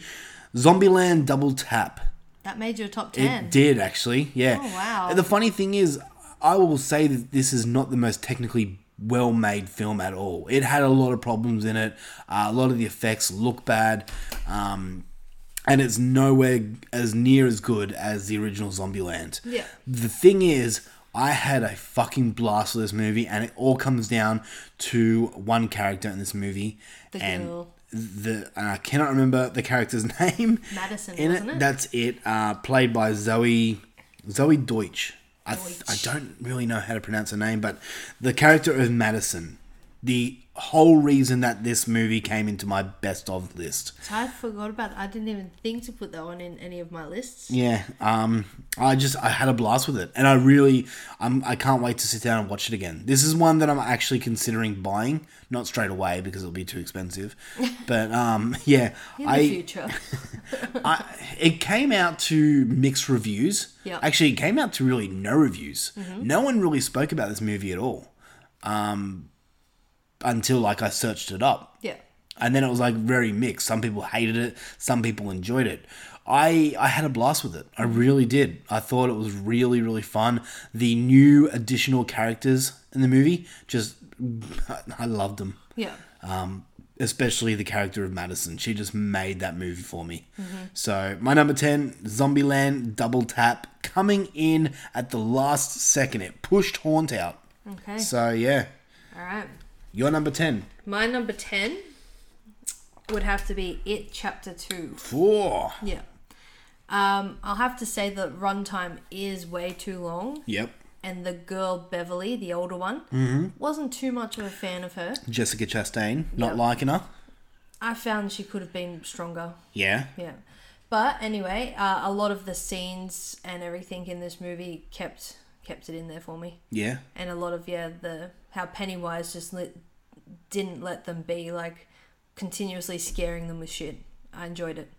A: Zombieland Double Tap.
B: That made your top
A: It
B: ten.
A: did actually, yeah.
B: Oh, wow.
A: The funny thing is, I will say that this is not the most technically well made film at all. It had a lot of problems in it, uh, a lot of the effects look bad. Um, and it's nowhere as near as good as the original Zombieland.
B: Yeah.
A: The thing is, I had a fucking blast with this movie, and it all comes down to one character in this movie,
B: The
A: and
B: girl.
A: the and I cannot remember the character's *laughs* name.
B: Madison,
A: in
B: wasn't
A: it.
B: it?
A: That's it. Uh, played by Zoe Zoe Deutsch. I, th- I
B: Deutsch.
A: don't really know how to pronounce her name, but the character of Madison. The whole reason that this movie came into my best of list.
B: I forgot about. I didn't even think to put that one in any of my lists.
A: Yeah, um, I just I had a blast with it, and I really I'm I can't wait to sit down and watch it again. This is one that I'm actually considering buying, not straight away because it'll be too expensive, *laughs* but um, yeah,
B: In the
A: I
B: future,
A: I, it came out to mixed reviews.
B: Yeah.
A: Actually, it came out to really no reviews. No one really spoke about this movie at all um, until like I searched it up.
B: yeah.
A: And then it was like very mixed. Some people hated it, some people enjoyed it. I, I had a blast with it. I really did. I thought it was really, really fun. The new additional characters in the movie, just, *laughs* I loved them
B: Yeah.
A: um, especially the character of Madison. She just made that movie for me.
B: Mm-hmm.
A: So my number ten, Zombieland, Double Tap, coming in at the last second. It pushed Haunt out.
B: Okay.
A: So yeah,
B: All right.
A: you're number ten.
B: My number ten would have to be It Chapter Two.
A: Four.
B: Yeah. Um, I'll have to say the runtime is way too long,
A: Yep.
B: and the girl Beverly, the older one, wasn't too much of a fan of her.
A: Jessica Chastain, not
B: Yep.
A: liking her.
B: I found she could have been stronger.
A: Yeah.
B: Yeah. But anyway, uh, a lot of the scenes and everything in this movie kept kept it in there for me.
A: Yeah.
B: and a lot of yeah the how Pennywise just let, didn't let them be like continuously scaring them with shit. I enjoyed it.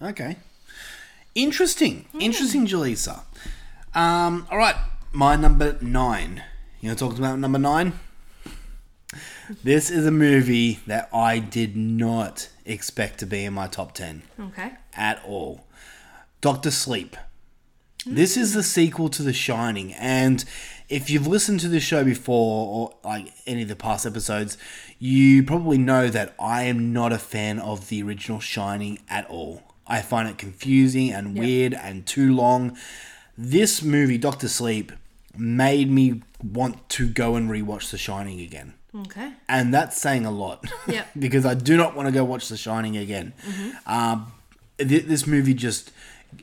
A: Okay. Interesting. Interesting, Jaleesa. Um, all right. My number nine. You want to talk about number nine? This is a movie that I did not expect to be in my top 10
B: Okay.
A: at all. Doctor Sleep. This is the sequel to The Shining, and if you've listened to this show before or like any of the past episodes, you probably know that I am not a fan of the original Shining at all. I find it confusing and weird and too long. This movie, Doctor Sleep, made me want to go and rewatch The Shining again.
B: Okay.
A: And that's saying a lot.
B: Yep.
A: *laughs* because I do not want to go watch The Shining again. Um, th- this movie just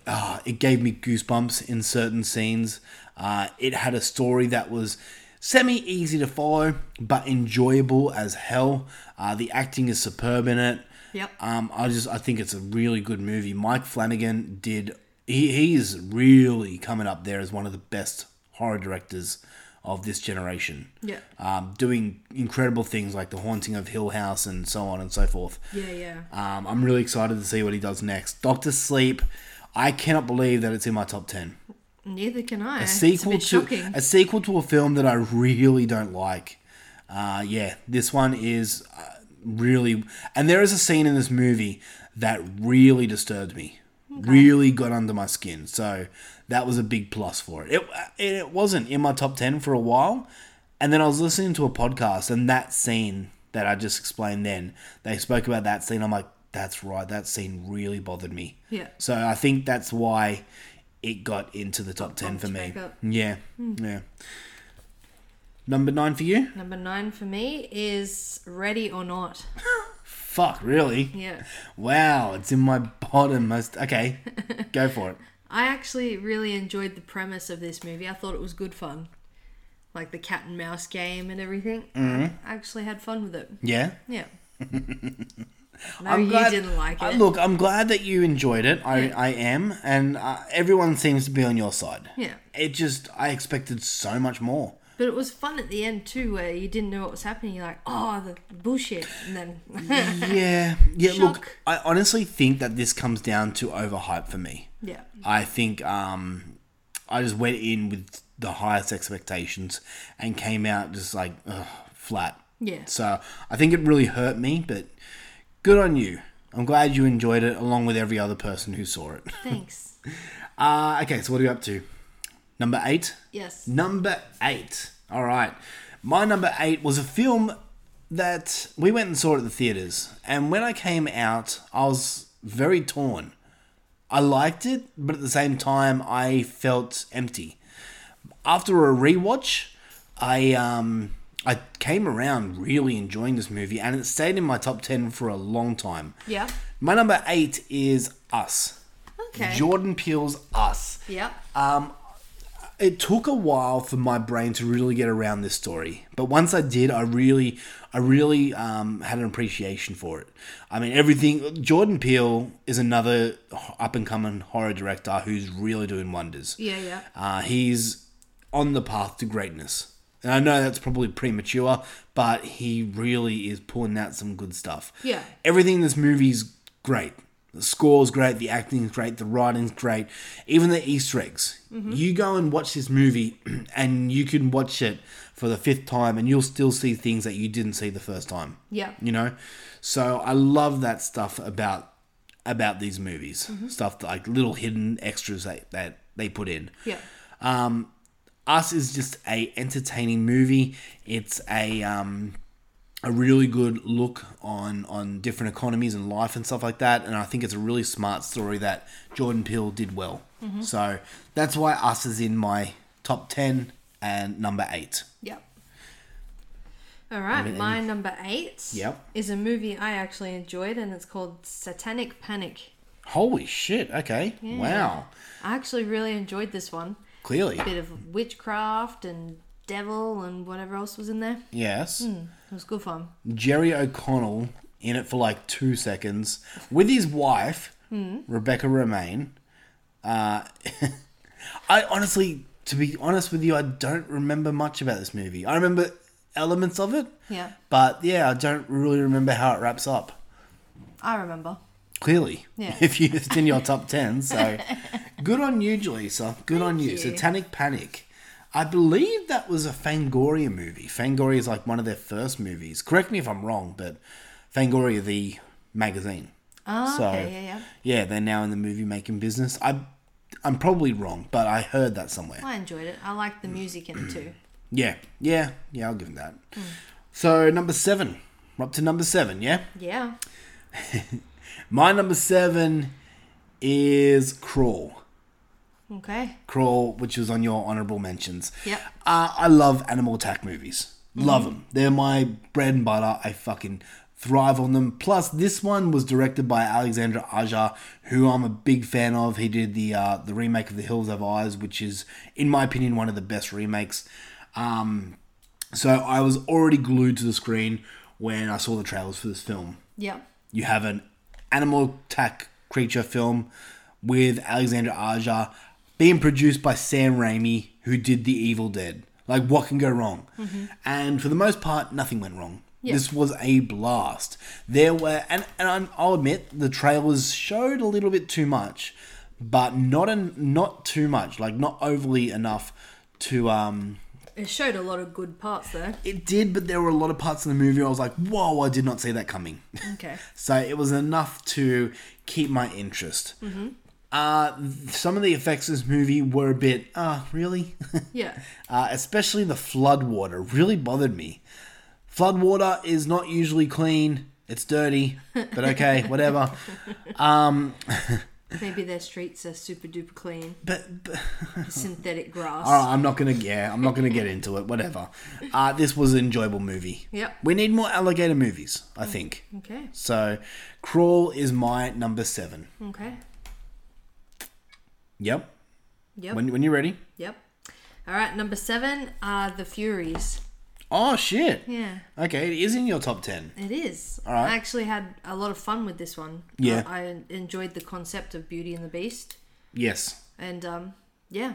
A: ah, it gave me goosebumps in certain scenes. Uh, it had a story that was semi easy to follow, but enjoyable as hell. Uh, the acting is superb in it.
B: Yep.
A: Um, I just I think it's a really good movie. Mike Flanagan did he he's really coming up there as one of the best horror directors of this generation.
B: Yeah.
A: Um, doing incredible things like The Haunting of Hill House and so on and so forth.
B: Yeah, yeah.
A: Um, I'm really excited to see what he does next. Doctor Sleep, I cannot believe that it's in my top ten.
B: Neither can I.
A: A sequel
B: it's a
A: to
B: bit shocking.
A: a sequel to a film that I really don't like. Uh, yeah, this one is uh, really, and there is a scene in this movie that really disturbed me. Really got under my skin, so that was a big plus for it. It it wasn't in my top ten for a while, and then I was listening to a podcast, and that scene that I just explained then they spoke about that scene. I'm like, that's right, that scene really bothered me.
B: Yeah.
A: So I think that's why it got into the top ten for me.
B: back up. Hmm.
A: Yeah, yeah. Number nine for you.
B: Number nine for me is Ready or Not.
A: Fuck, really?
B: Yeah.
A: Wow, it's in my bottom most.
B: *laughs*
A: Okay, go for it.
B: I actually really enjoyed the premise of this movie. I thought it was good fun. Like the cat and mouse game and everything.
A: Mm-hmm.
B: I actually had fun with it.
A: Yeah. *laughs*
B: Yeah. no,
A: I'm
B: you
A: glad-
B: didn't like it.
A: Uh, Look, I'm glad that you enjoyed it. I, I am, and uh, everyone seems to be on your side.
B: Yeah.
A: It just I expected so much
B: *laughs*
A: more.
B: But it was fun at the end too, where you didn't know what was happening. You're like, oh, the bullshit. And then, *laughs*
A: Yeah. Yeah. Look,
B: Shock.
A: I honestly think that this comes down to overhype for me.
B: yeah.
A: I think um, I just went in with the highest expectations and came out just like ugh, flat.
B: Yeah.
A: So I think it really hurt me, but good on you. I'm glad you enjoyed it along with every other person who saw it.
B: Thanks.
A: Uh, okay, so what are you up to? Number eight?
B: Yes.
A: Number eight. All right. My number eight was a film that we went and saw at the theaters. And when I came out, I was very torn. I liked it, but at the same time, I felt empty. After a rewatch, I um, I came around really enjoying this movie, and it stayed in my top ten for a long time.
B: Yeah.
A: My number eight is Us.
B: Okay.
A: Jordan Peele's Us
B: Yep.
A: it took a while for my brain to really get around this story but once i did i really i really um, had an appreciation for it i mean everything jordan peele is another up and coming horror director who's really doing wonders
B: Yeah, yeah.
A: uh, he's on the path to greatness and i know that's probably premature but he really is pulling out some good stuff
B: Yeah.
A: everything in this movie's great. The score's great, the acting's great, the writing's great, even the Easter eggs.
B: Mm-hmm.
A: You go and watch this movie, *clears throat* and you can watch it for the fifth time, and you'll still see things that you didn't see the first time.
B: Yeah.
A: you know. So I love that stuff about about these movies,
B: Mm-hmm.
A: stuff that, like little hidden extras that, that they put in.
B: yeah.
A: Us is just a entertaining movie. It's a um, a really good look on on different economies and life and stuff like that. And I think it's a really smart story that Jordan Peele did well. So that's why Us is in my top ten and number eight.
B: Yep. All right, my number eight
A: Yep.
B: is a movie I actually enjoyed, and it's called Satanic Panic.
A: Holy shit! Okay, wow.
B: I actually really enjoyed this one.
A: Clearly,
B: A bit of witchcraft and devil and whatever else was in there.
A: yes.
B: It was good fun.
A: Jerry O'Connell in it for like two seconds with his wife, Rebecca Romaine. Uh, *laughs* I honestly, to be honest with you, I don't remember much about this movie. I remember elements of it,
B: Yeah,
A: but yeah, I don't really remember how it wraps up.
B: I remember.
A: Clearly,
B: Yeah.
A: *laughs* if you it's in your top ten,
B: *laughs*
A: so good on you, Jaleesa. Good on you.
B: you.
A: Satanic Panic. I believe that was a Fangoria movie. Fangoria is like one of their first movies. Correct me if I'm wrong, but Fangoria the magazine.
B: Oh,
A: So
B: okay, yeah, yeah.
A: yeah, they're now in the movie making business. I I'm probably wrong, but I heard that somewhere.
B: I enjoyed it. I liked the music in it too.
A: Yeah, yeah, yeah. I'll give him that.
B: Hmm.
A: So number seven, we're up to number seven. Yeah,
B: Yeah.
A: my number seven is Crawl.
B: Okay.
A: Crawl, which was on your honorable mentions.
B: Yep.
A: Uh, I love animal attack movies. Love them. They're my bread and butter. I fucking thrive on them. Plus, this one was directed by Alexandra Aja, who I'm a big fan of. He did the uh, the remake of The Hills Have Eyes, which is, in my opinion, one of the best remakes. Um, so I was already glued to the screen when I saw the trailers for this film
B: Yep.
A: you have an animal attack creature film with Alexander Aja being produced by Sam Raimi, who did The Evil Dead. Like, what can go wrong? And for the most part, nothing went wrong.
B: Yeah.
A: This was a blast. There were, and, and I'm- I'll admit, the trailers showed a little bit too much, but not an, not too much, like not overly enough to um,
B: It showed a lot of good parts though.
A: it did, but there were a lot of parts in the movie where I was like, whoa, I did not see that coming. *laughs*
B: Okay.
A: so it was enough to keep my interest.
B: Mm-hmm.
A: Uh, th- some of the effects in this movie were a bit, ah, really? *laughs*
B: Yeah.
A: uh, especially the flood water really bothered me. Flood water is not usually clean, it's dirty, but
B: *laughs*
A: okay, whatever.
B: Maybe their streets are super duper clean.
A: But, *laughs* but
B: Synthetic grass.
A: All right, I'm not gonna yeah, I'm not gonna get into it. Whatever. Uh, this was an enjoyable movie.
B: Yep. Mm.
A: We need more alligator movies, I think.
B: Okay.
A: So, Crawl is my number seven.
B: Okay.
A: Yep.
B: Yep.
A: When, when you're ready.
B: Yep. All right. Number seven are the Furies.
A: Oh shit.
B: Yeah.
A: Okay, it is in your top ten.
B: It is.
A: right.
B: I actually had a lot of fun with this one. Uh,
A: Yeah.
B: I, I enjoyed the concept of Beauty and the Beast,
A: Yes.
B: and um, yeah,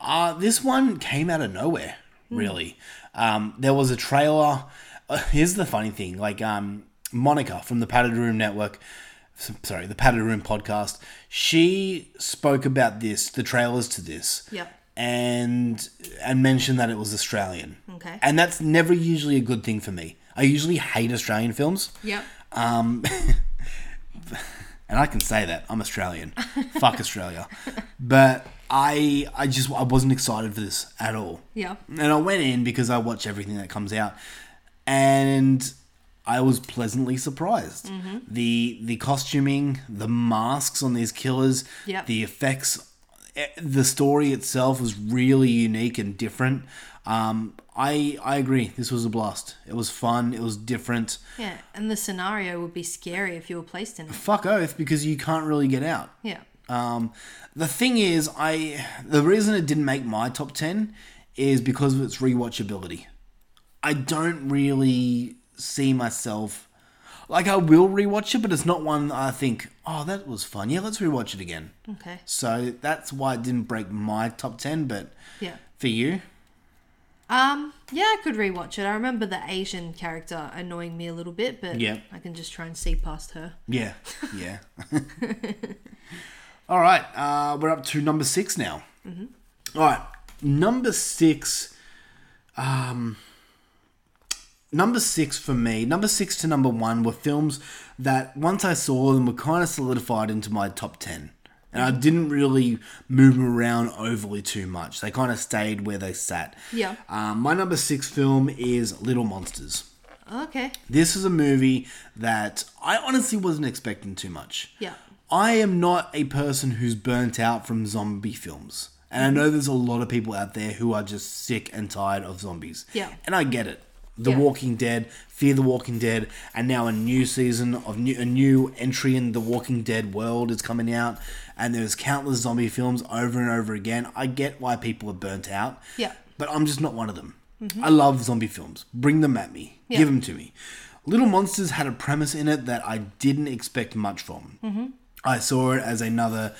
A: Uh, this one came out of nowhere,
B: Hmm.
A: really. Um, there was a trailer. Uh, here's the funny thing: like um, Monica from the Padded Room Network, s- sorry, the Padded Room podcast, she spoke about this, the trailers to this,
B: Yep.
A: and and mentioned that it was Australian.
B: Okay.
A: and that's never usually a good thing for me. I usually hate Australian films.
B: yep,
A: Um, and I can say that I'm
B: *laughs*
A: Australian. Fuck Australia. But I, I just, I wasn't excited for this at all.
B: Yeah.
A: And I went in because I watch everything that comes out, and I was pleasantly surprised.
B: Mm-hmm.
A: The the costuming, the masks on these killers,
B: Yep.
A: the effects, eh, the story itself was really unique and different. Um, I I agree. This was a blast. It was fun. It was different.
B: yeah. And the scenario would be scary if you were placed in it.
A: fuck oath because you can't really get out.
B: Yeah.
A: Um, the thing is, I the reason it didn't make my top ten is because of its rewatchability. I don't really see myself like I will rewatch it, but it's not one that I think, oh, that was fun. Yeah, let's rewatch it again.
B: Okay.
A: So that's why it didn't break my top ten. But
B: Yeah.
A: for you,
B: Um. Yeah, I could rewatch it. I remember the Asian character annoying me a little bit, but
A: Yep.
B: I can just try and see past her.
A: yeah, yeah. *laughs* All right, uh, we're up to number six now. All right, number six. Um, number six for me, number six to number one were films that once I saw them were kind of solidified into my top ten, and I didn't really move them around overly too much. They kind of stayed where they sat.
B: Yeah.
A: Um, my number six film is Little Monsters.
B: Okay.
A: This is a movie that I honestly wasn't expecting too much.
B: Yeah.
A: I am not a person who's burnt out from zombie films. And I know there's a lot of people out there who are just sick and tired of zombies.
B: Yeah.
A: And I get it. The
B: Yeah.
A: Walking Dead, Fear the Walking Dead, and now a new season of new, a new entry in the Walking Dead world is coming out, and there's countless zombie films over and over again. I get why people are burnt out.
B: Yeah.
A: But I'm just not one of them. I love zombie films. Bring them at me.
B: Yeah.
A: Give them to me. Little Monsters had a premise in it that I didn't expect much from. Mm-hmm. I saw it as another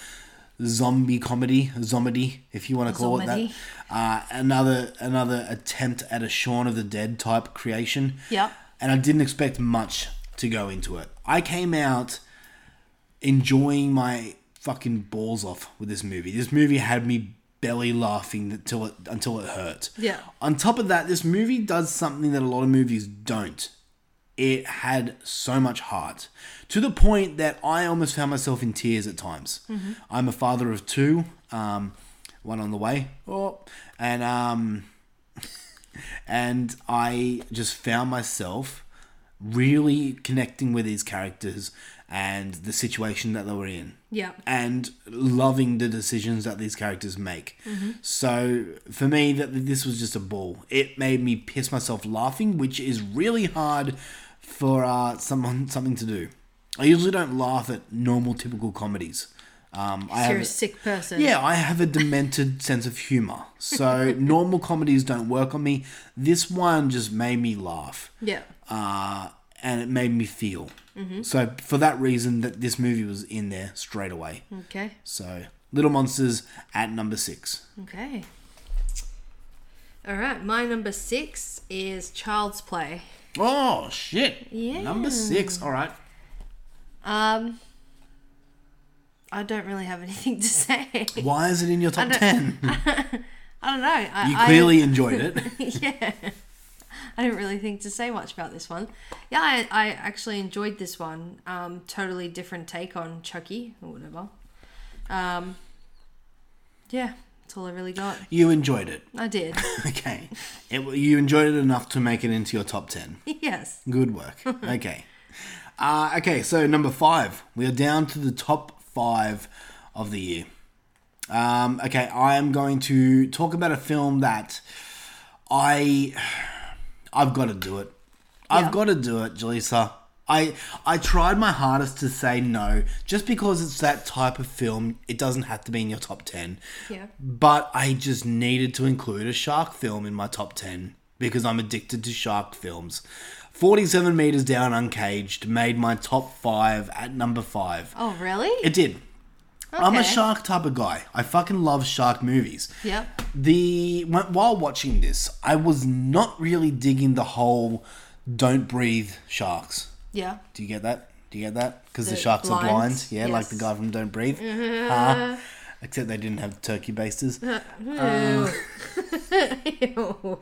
A: zombie comedy, zombie, if you want to call it
B: Zomedy.
A: that. Uh, another another attempt at a Shaun of the Dead type creation.
B: Yeah.
A: And I didn't expect much to go into it. I came out enjoying my fucking balls off with this movie. This movie had me belly laughing until it until it hurt.
B: Yeah.
A: On top of that, this movie does something that a lot of movies don't. It had so much heart to the point that I almost found myself in tears at times. I'm a father of two, um, one on the way, oh, and um, and I just found myself really connecting with these characters and the situation that they were in.
B: Yeah.
A: And loving the decisions that these characters make. So for me, that this was just a ball. It made me piss myself laughing, which is really hard for uh, someone something to do. I usually don't laugh at normal, typical comedies. Um, I
B: You're a
A: have,
B: sick person.
A: yeah, I have a demented *laughs* sense of humor. So normal comedies don't work on me. This one just made me laugh.
B: Yeah. Mm-hmm.
A: Uh, and it made me feel. So for that reason, that this movie was in there straight away.
B: Okay.
A: So Little Monsters at number six.
B: Okay. All right. My number six is Child's Play.
A: Oh shit!
B: Yeah.
A: Number six. All right.
B: Um, I don't really have anything to *laughs* say.
A: Why is it in your top ten?
B: *laughs* I don't know. I,
A: You
B: I- *laughs*
A: clearly enjoyed it.
B: I didn't really think to say much about this one. Yeah, I, I actually enjoyed this one. Um, totally different take on Chucky or whatever. Um, yeah, that's all I really got.
A: You enjoyed it. *laughs*
B: I did. *laughs*
A: Okay. It, you enjoyed it enough to make it into your top ten.
B: yes.
A: Good work. Okay. Uh, okay, so number five. We are down to the top five of the year. Um, okay, I am going to talk about a film that I I've got to do it. I've
B: Yeah.
A: got to do it, Jaleesa. I I tried my hardest to say no, just because it's that type of film. It doesn't have to be in your top ten.
B: Yeah.
A: But I just needed to include a shark film in my top 10 because I'm addicted to shark films. 47 Meters Down Uncaged made my top 5 at number 5.
B: Oh, really?
A: It did. I'm a
B: Okay.
A: shark type of guy. I fucking love shark movies.
B: Yep.
A: The when- while watching this, I was not really digging the whole don't breathe sharks.
B: Yeah. *laughs*
A: Do you get that? Do you get that? Because the,
B: The
A: sharks are blind.
B: blinds,
A: Yeah, like
B: yes.
A: the guy from Don't
B: *laughs*
A: Breathe. Huh? Except they didn't have turkey basters.
B: Ew.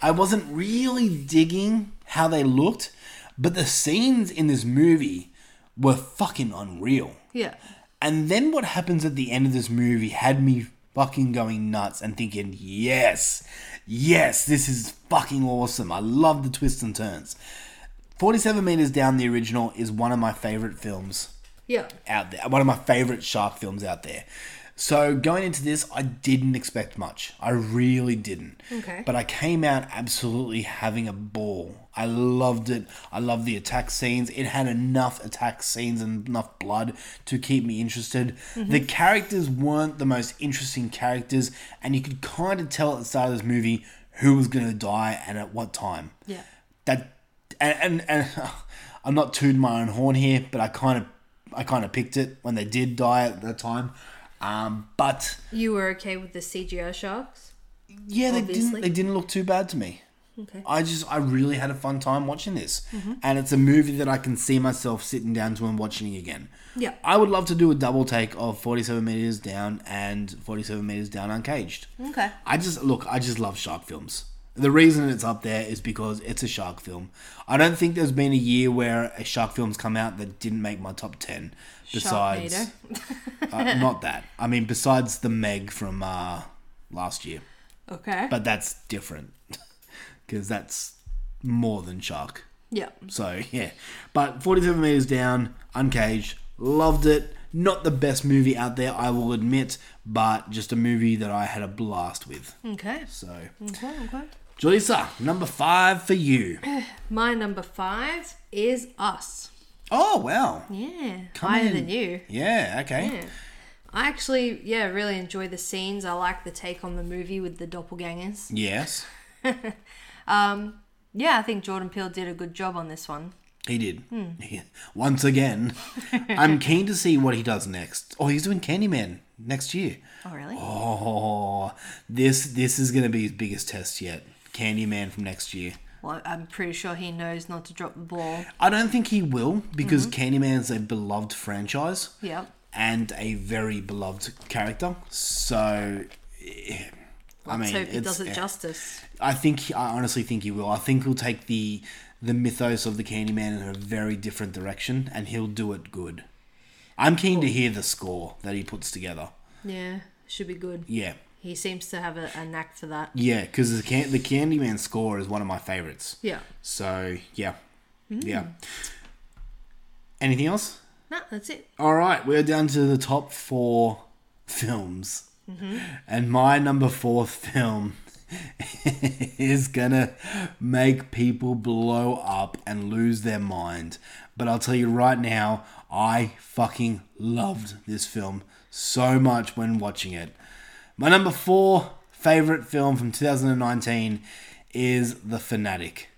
A: I wasn't really digging how they looked, but the scenes in this movie were fucking unreal.
B: Yeah.
A: And then what happens at the end of this movie had me fucking going nuts and thinking, yes, yes, this is fucking awesome. I love the twists and turns. 47 Meters Down, the original, is one of my favorite films
B: Yeah.
A: out there. One of my favorite shark films out there. So going into this, I didn't expect much. I really didn't.
B: Okay.
A: But I came out absolutely having a ball. I loved it. I loved the attack scenes. It had enough attack scenes and enough blood to keep me interested.
B: Mm-hmm.
A: The characters weren't the most interesting characters, and you could kind of tell at the start of this movie who was going to die and at what time
B: Yeah.
A: that and and, and *laughs* I'm not tooting my own horn here, but I kind of I kind of picked it when they did die at that time. Um, but
B: You were okay with the CGI sharks?
A: yeah, they
B: Obviously.
A: didn't they didn't look too bad to me.
B: Okay.
A: I just I really had a fun time watching this, and it's a movie that I can see myself sitting down to and watching again.
B: Yeah.
A: I would love to do a double take of 47 meters down and 47 meters down uncaged.
B: Okay.
A: I just look, I just love shark films. The reason it's up there is because it's a shark film. I don't think there's been a year where a shark film's come out that didn't make my top 10 besides uh, not that. I mean besides the Meg from uh last year.
B: *laughs* Okay.
A: But that's different *laughs* cuz that's more than shark.
B: yeah.
A: So *laughs* yeah, but 47 meters down, uncaged, loved it. Not the best movie out there, I will admit, but just a movie that I had a blast with.
B: Okay.
A: So,
B: Okay. Okay.
A: Julissa, number five for you.
B: My number five is Us.
A: Oh wow,
B: Yeah. Higher
A: in.
B: than you.
A: yeah, okay,
B: Yeah. I actually, yeah, really enjoy the scenes. I like the take on the movie with the doppelgangers.
A: yes,
B: Um, yeah, I think Jordan Peele did a good job on this one.
A: he did.
B: Hmm.
A: *laughs* Once
B: *laughs*
A: again, I'm keen to see what he does next. Oh, he's doing Candyman next year.
B: Oh, really?
A: Oh, this this is gonna be his biggest test yet. Candyman from next year.
B: Well, I'm pretty sure he knows not to drop the
A: *sighs*
B: ball.
A: I don't think he will because
B: Mm-hmm.
A: Candyman's a beloved franchise
B: Yeah.
A: and a very beloved character. So eh, I mean,
B: hope he
A: it's-
B: does it justice.
A: I think I honestly think he will. I think he'll take the the mythos of the Candyman in a very different direction, and he'll do it good. I'm keen to hear the score that he puts together.
B: Yeah, should be good.
A: Yeah,
B: He seems to have a, a knack for that.
A: yeah, because the can- the Candyman score is one of my favorites.
B: Yeah.
A: So yeah, yeah. Anything else?
B: No, that's it.
A: All right, we're down to the top four films, and my number four film *laughs* is gonna make people blow up and lose their mind. But I'll tell you right now, I fucking loved this film so much when watching it. My number four favorite film from 2019 is The
B: *laughs*
A: Fanatic.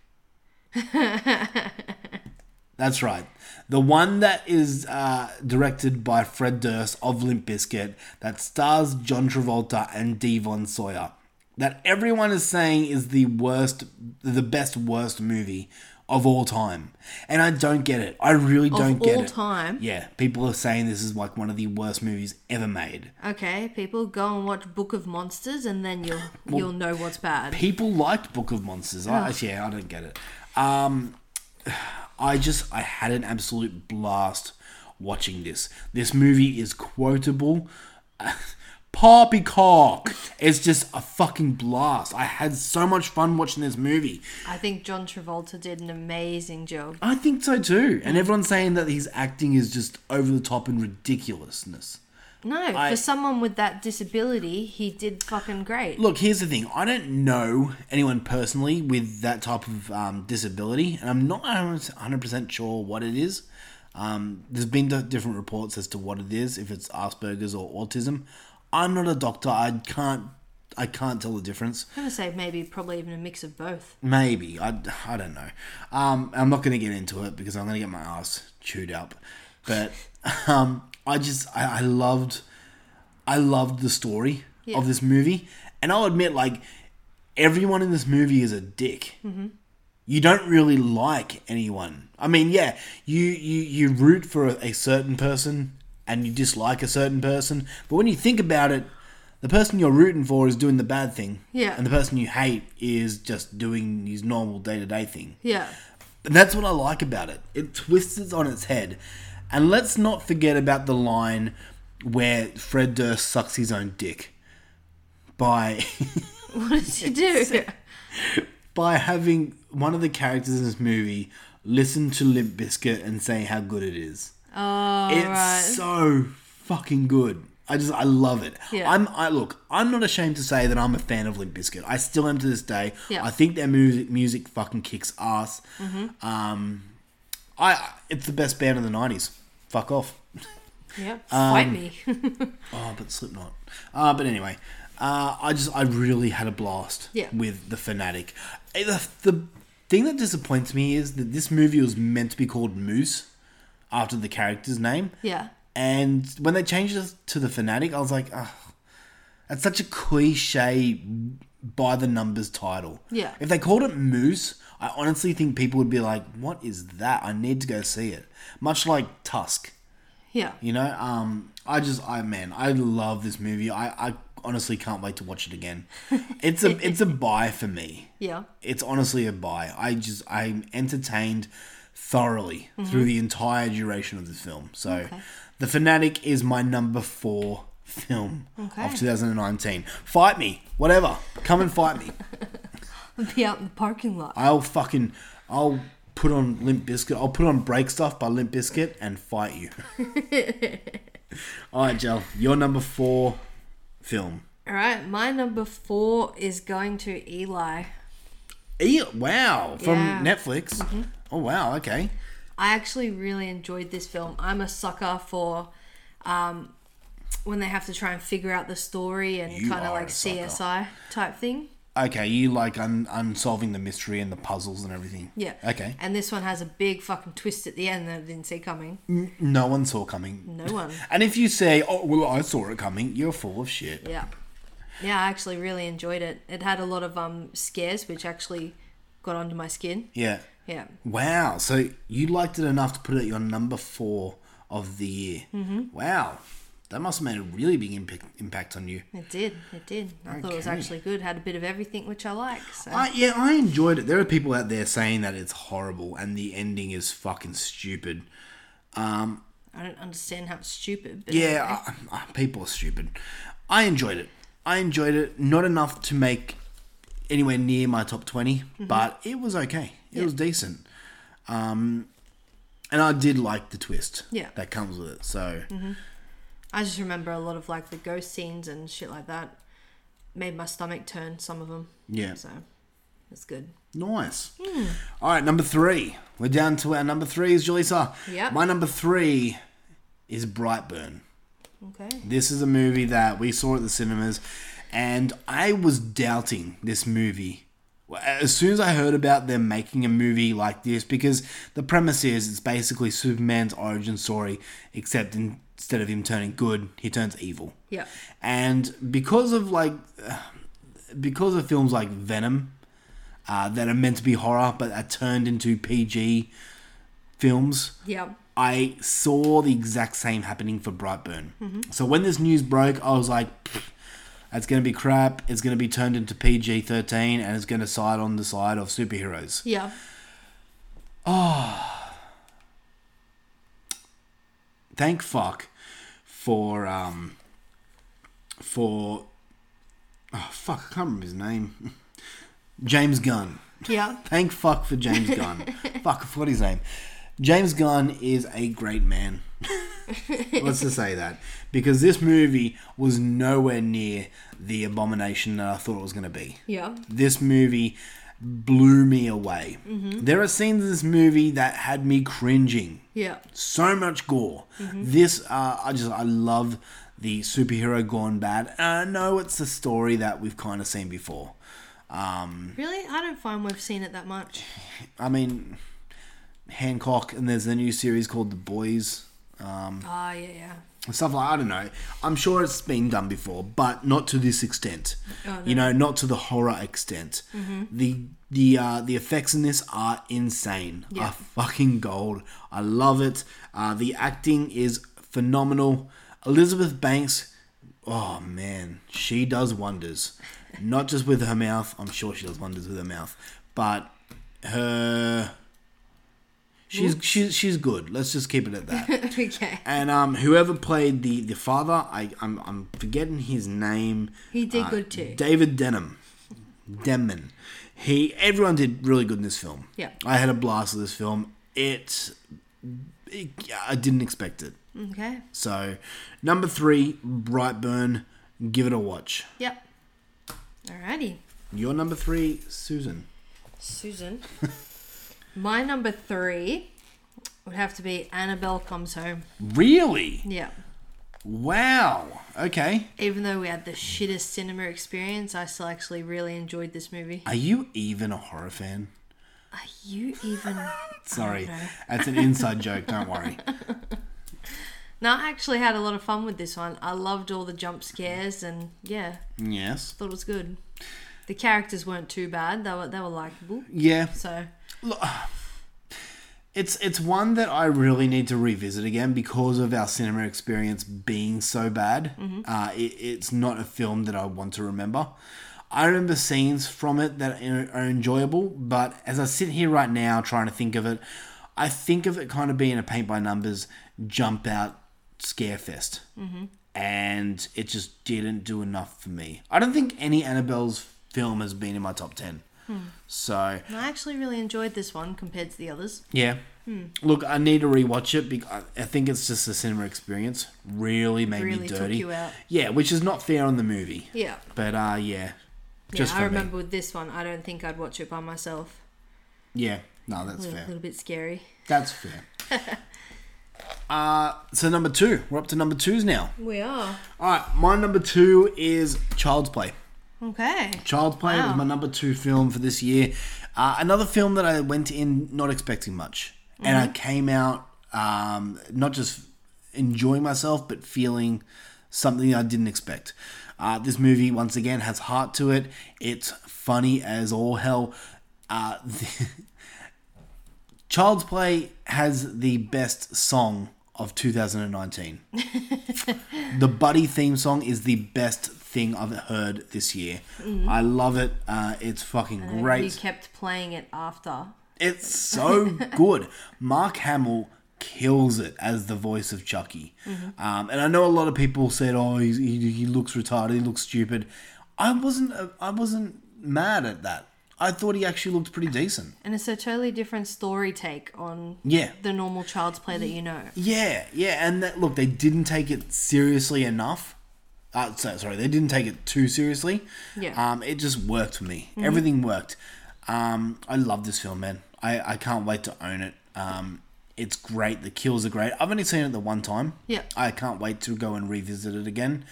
A: That's right. The one that is uh, directed by Fred Durst of Limp Bizkit, that stars John Travolta and Devon Sawyer, that everyone is saying is the worst, the best worst movie of all time, and I don't get it. I really don't get
B: all
A: it.
B: time?
A: yeah. People are saying this is like one of the worst movies ever made.
B: Okay, people, go and watch Book of Monsters, and then you'll you'll know what's bad.
A: people liked Book of Monsters. I, yeah, I don't get it. Um, I just I had an absolute blast watching this. This movie is quotable. *laughs* Poppycock! It's just a fucking blast. I had so much fun watching this movie.
B: I think John Travolta did an amazing job.
A: I think so too. And everyone's saying that his acting is just over the top and ridiculousness.
B: No,
A: I-
B: for someone with that disability, he did fucking great.
A: Look, here's the thing. I don't know anyone personally with that type of um, disability, and I'm not 100% sure what it is. Um, there's been di- different reports as to what it is, if it's Asperger's or autism. I'm not a doctor. I can't. I can't tell the difference.
B: I'm gonna say maybe probably even a mix of both.
A: Maybe I. I don't know. Um, I'm not going to get into it because I'm going to get my ass chewed up. But *laughs* um, I just I, I loved. I loved the story
B: Yeah.
A: of this movie, and I'll admit, like everyone in this movie is a dick.
B: Mm-hmm.
A: You don't really like anyone. I mean, yeah, you you you root for a, a certain person and you dislike a certain person, but when you think about it, the person you're rooting for is doing the bad thing,
B: Yeah.
A: and the person you hate is just doing his normal day to day thing.
B: Yeah, *laughs*
A: And that's what I like about it. It twists it on its head. And let's not forget about the line where Fred Durst sucks his own dick by
B: what did he do?
A: by having one of the characters in this movie listen to Limp Biscuit and say how good it is. Oh, it's so fucking good. I just I love it.
B: Yeah.
A: I'm I look. I'm not ashamed to say that I'm a fan of Limp Bizkit. I still am to this day.
B: Yeah.
A: I think their music music fucking kicks ass.
B: Mm-hmm.
A: Um, I it's the best band of the '90s. Fuck off. Um,
B: Yep, fight me.
A: Oh, but Slipknot. Uh, but anyway, uh, I just I really had a blast
B: Yeah.
A: with the fanatic. Eh, The, the thing that disappoints me is that this movie was meant to be called Moose after the character's name.
B: *laughs* yeah,
A: And when they changed it to the fanatic, I was like, oh, that's such a cliche by the numbers title.
B: Yeah.
A: If they called it Moose, I honestly think people would be like, what is that? I need to go see it. Much like Tusk.
B: yeah.
A: You know, um, I just, I man, I love this movie. I, I honestly can't wait to watch it again. It's a, it's a buy for me.
B: Yeah.
A: It's honestly a buy. I just, I'm entertained thoroughly through the entire duration of this film. So, The Fanatic is my number four film
B: Okay.
A: of 2019. Fight me, whatever. Come and fight me.
B: Be out in the parking lot.
A: I'll fucking, I'll put on Limp Biscuit. I'll put on Break Stuff by Limp Biscuit and fight
B: *laughs*
A: you. All right, Jel, your number four film.
B: All right, my number four is going to Eli.
A: E- wow, from
B: Yeah. Mm-hmm.
A: Netflix. Oh wow, okay.
B: I actually really enjoyed this film. I'm a sucker for um, when they have to try and figure out the story and
A: You
B: kind
A: are
B: of
A: a
B: like
A: sucker.
B: CSI type thing.
A: Okay, you like un- unsolving the mystery and the puzzles and everything.
B: Yeah.
A: Okay.
B: And this one has a big fucking twist at the end that I didn't see coming.
A: No one saw coming.
B: No one.
A: And if you say, "Oh well, I saw it coming," you're full of shit.
B: Yeah. Yeah, I actually really enjoyed it. It had a lot of um scares which actually got under my skin.
A: Yeah.
B: Yeah.
A: Wow. So you liked it enough to put it at your number four of the year. Mm-hmm. Wow. That must have made a really big impact, impact on you.
B: It did. It did. I thought it was
A: Okay.
B: actually good. Had a bit of everything, which I like. So
A: I, yeah, I enjoyed it. There are people out there saying that it's horrible and the ending is fucking stupid.
B: I don't understand how it's stupid. But
A: Yeah, uh, uh, people are stupid. I enjoyed it. I enjoyed it. Not enough to make anywhere near my top 20, but it was okay. It was decent. Um, and I did like the twist
B: Yeah.
A: that comes with it. So,
B: I just remember a lot of like the ghost scenes and shit like that. Made my stomach turn. Some of them.
A: Yeah.
B: So it's good.
A: nice. All right, number three. We're down to our number three is Jaleesa.
B: Yep.
A: My number three is Brightburn.
B: Okay.
A: This is a movie that we saw at the cinemas, and I was doubting this movie. As soon as I heard about them making a movie like this, because the premise is it's basically Superman's origin story, except in, instead of him turning good, he turns evil.
B: Yeah.
A: And because of like, because of films like Venom, uh, that are meant to be horror but are turned into PG films,
B: Yeah.
A: I saw the exact same happening for Brightburn. So when this news broke, I was like, "Pfft, "It's going to be crap. It's going to be turned into PG thirteen, and it's going to side on the side of superheroes."
B: Yeah.
A: Thank fuck for um for oh fuck, I can't remember his name. *laughs* James Gunn.
B: Yeah.
A: Thank fuck for James Gunn. fuck, I forgot his name. James Gunn is a great man. Let's just say that. Because this movie was nowhere near the abomination that I thought it was going to be.
B: Yeah.
A: This movie blew me away. There are scenes in this movie that had me cringing
B: Yeah.
A: so much gore. This, uh, I just, I love the superhero gone bad. And I know it's a story that we've kind of seen before.
B: Really, I don't find we've seen it that much.
A: I mean, Hancock, and there's a new series called The Boys.
B: Ah, yeah, yeah.
A: and Stuff like I don't know. I'm sure it's been done before, but not to this extent. You know, not to the horror extent. The the uh, the effects in this are insane.
B: Yeah.
A: Are fucking gold. I love it. Uh, the acting is phenomenal. Elizabeth Banks. Oh man, she does wonders. Not just with her mouth. I'm sure she does wonders with her mouth, but her. She's, she's she's good. Let's just keep it at that.
B: *laughs* okay.
A: And um, whoever played the the father, I I'm, I'm forgetting his name. Uh,
B: He did good too.
A: David Denham, Denman. He everyone did really good in this film.
B: Yeah.
A: I had a blast with this film. It, it I didn't expect it.
B: Okay.
A: So number three, Brightburn. Give it a watch.
B: Yep. Alrighty.
A: Your number three, Susan.
B: Susan. My number three would have to be Annabelle Comes Home.
A: Really?
B: Yeah.
A: Wow. Okay.
B: Even though we had the shittest cinema experience, I still actually really enjoyed this movie.
A: Are you even a horror fan?
B: Are you even.
A: Sorry,
B: know.
A: that's an inside joke. Don't
B: *laughs*
A: worry.
B: no, I actually had a lot of fun with this one. I loved all the jump scares and yeah,
A: Yes.
B: thought it was good. The characters weren't too bad. They were they were likable.
A: Yeah,
B: So
A: it's it's one that I really need to revisit again because of our cinema experience being so bad. Uh, it, it's not a film that I want to remember. I remember scenes from it that are are enjoyable, but as I sit here right now trying to think of it, I think of it kind of being a paint by numbers jump out scare fest, and it just didn't do enough for me. I don't think any Annabelle's film has been in my top ten. So
B: I actually really enjoyed this one compared to the others.
A: yeah.
B: Hmm.
A: Look, I need to rewatch it because I think it's just the cinema experience really made me
B: Really took
A: dirty.
B: you out.
A: Yeah, which is not fair on the movie.
B: Yeah.
A: But uh, yeah,
B: Yeah,
A: just for
B: I
A: me.
B: remember with this one, I don't think I'd watch it by myself.
A: Yeah, no, that's
B: A little,
A: fair.
B: little bit scary.
A: That's fair.
B: *laughs*
A: uh, so number two, we're up to number twos now.
B: We are.
A: All right, my number two is Child's Play.
B: Okay.
A: Child's Play
B: Wow.
A: was my number two film for this year. Uh, another film that I went in not expecting much, and I came out um, not just enjoying myself, but feeling something I didn't expect. Uh, this movie once again has heart to it. It's funny as all hell. Uh, *laughs* Child's Play has the best song of 2019. the Buddy theme song is the best thing I've heard this year. I love it. Uh, it's fucking
B: You
A: great.
B: kept playing it after.
A: *laughs* It's so good. Mark Hamill kills it as the voice of Chucky. Um, and I know a lot of people said, "Oh, he's, he, he looks retarded. He looks stupid." I wasn't. uh, I wasn't mad at that. I thought he actually looked pretty decent.
B: And it's a totally different story take on
A: Yeah.
B: the normal child's play that you know.
A: Yeah, yeah, and that, look, they didn't take it seriously enough. Uh, so, sorry, they didn't take it too seriously.
B: Yeah. Mm-hmm.
A: Um, it just worked for me. Everything worked. Um, I love this film, man. I, I can't wait to own it. Um, it's great. The kills are great. I've only seen it the one time.
B: Yeah. Mm-hmm.
A: I can't wait to go and revisit it again.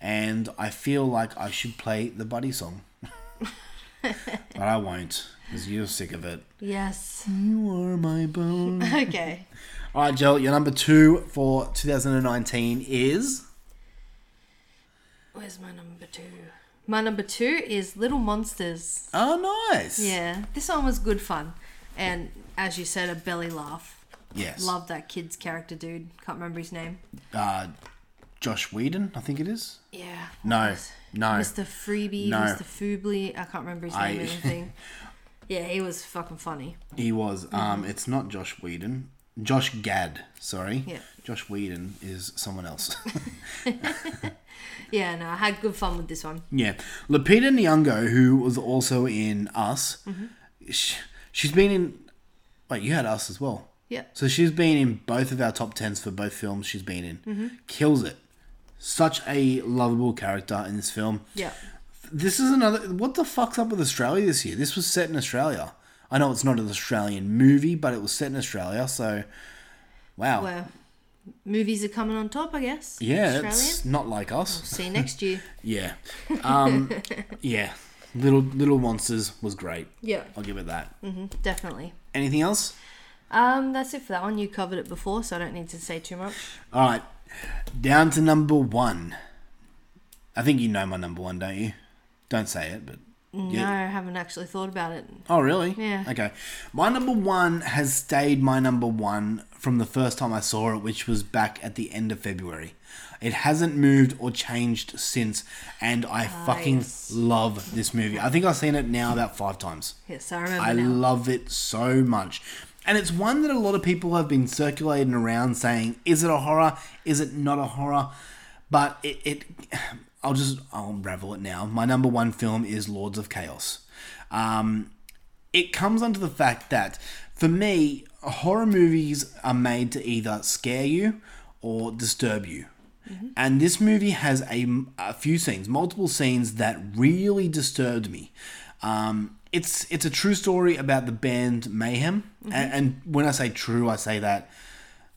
A: And I feel like I should play the Buddy
B: *laughs*
A: song. but I won't, because you're sick of it.
B: Yes.
A: You are my bone.
B: *laughs* Okay.
A: All right, Joel, your number two for 2019 is.
B: Where's my number two? My number two is Little Monsters.
A: Oh, nice.
B: Yeah, this one was good fun. And as you said, a belly laugh.
A: Yes.
B: Love that kid's character, dude. Can't remember his name.
A: Uh, Josh Whedon, I think it is.
B: Yeah.
A: No, no.
B: Mr. Freebie,
A: No.
B: Mr. Foobly. I can't remember his name
A: I- *laughs*
B: or anything. Yeah, he was fucking funny.
A: He was. Um,
B: Mm-hmm.
A: it's not Josh Whedon. Josh Gad, sorry.
B: Yeah.
A: Josh Whedon is someone else. *laughs*
B: Yeah, no, I had good fun with this one.
A: yeah. Lupita Nyong'o, who was also in Us,
B: Mm-hmm.
A: sh she's been in. Wait, you had Us as well.
B: Yeah.
A: So she's been in both of our top tens for both films she's been in.
B: Mm-hmm.
A: Kills it. Such a lovable character in this film.
B: Yeah.
A: This is another. What the fuck's up with Australia this year? This was set in Australia. I know it's not an Australian movie, but it was set in Australia. So, wow.
B: Well, movies are coming on top, I guess.
A: yeah,
B: Australian. Oh.
A: it's not like us.
B: See you
A: *laughs*
B: next year. *laughs*
A: Yeah, um, yeah. Little Little Monsters was great.
B: Yeah.
A: I'll give it that.
B: Definitely.
A: Anything else?
B: Um, that's it for that one. You covered it before, so I don't need to say too much.
A: All right, down to number one. I think you know my number one, don't you? Don't say it, but
B: No, I haven't actually thought about it.
A: Oh, really?
B: Yeah.
A: Okay. My number one has stayed my number one from the first time I saw it, which was back at the end of February. It hasn't moved or changed since, and I fucking love this movie. I think I've seen it now about five times.
B: Yes, I remember
A: I
B: now.
A: love it so much. And it's one that a lot of people have been circulating around saying, is it a horror? Is it not a horror? But it, it *sighs* I'll just I'll unravel it now. My number one film is Lords of Chaos. Um, it comes under the fact that for me, horror movies are made to either scare you or disturb you. And this movie has a, a few scenes, multiple scenes that really disturbed me. Um, it's it's a true story about the band Mayhem, A- and, when I say true, I say that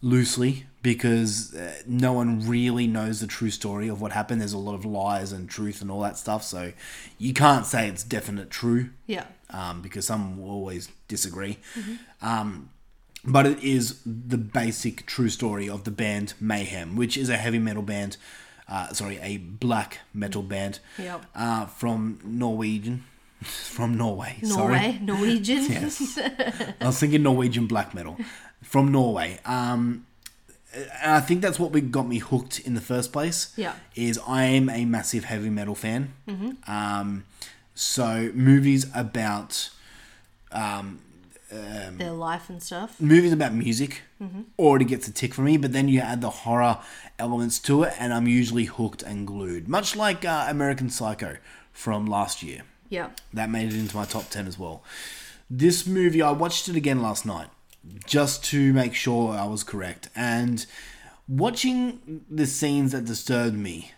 A: loosely because uh, no one really knows the true story of what happened. There's a lot of lies and truth and all that stuff, so you can't say it's definite true
B: Yeah.
A: um, because some will always disagree.
B: Mm-hmm.
A: Um, but it is the basic true story of the band Mayhem, which is a heavy metal band, uh, sorry, a black metal band
B: Yep.
A: uh, from Norwegian, *laughs* from Norway. Sorry,
B: Norway, Norwegian.
A: Yes. *laughs* I was thinking Norwegian black metal from Norway. Um, and I think that's what we got me hooked in the first place.
B: Yeah. Mm-hmm.
A: Is I am a massive heavy metal fan. Um, so movies about
B: Their life and stuff.
A: movies about music already gets a tick for me, but then you add the horror elements to it, and I'm usually hooked and glued. Much like uh, American Psycho from last year.
B: Yeah.
A: That made it into my top 10 as well. This movie, I watched it again last night just to make sure I was correct. And watching the scenes that disturbed me,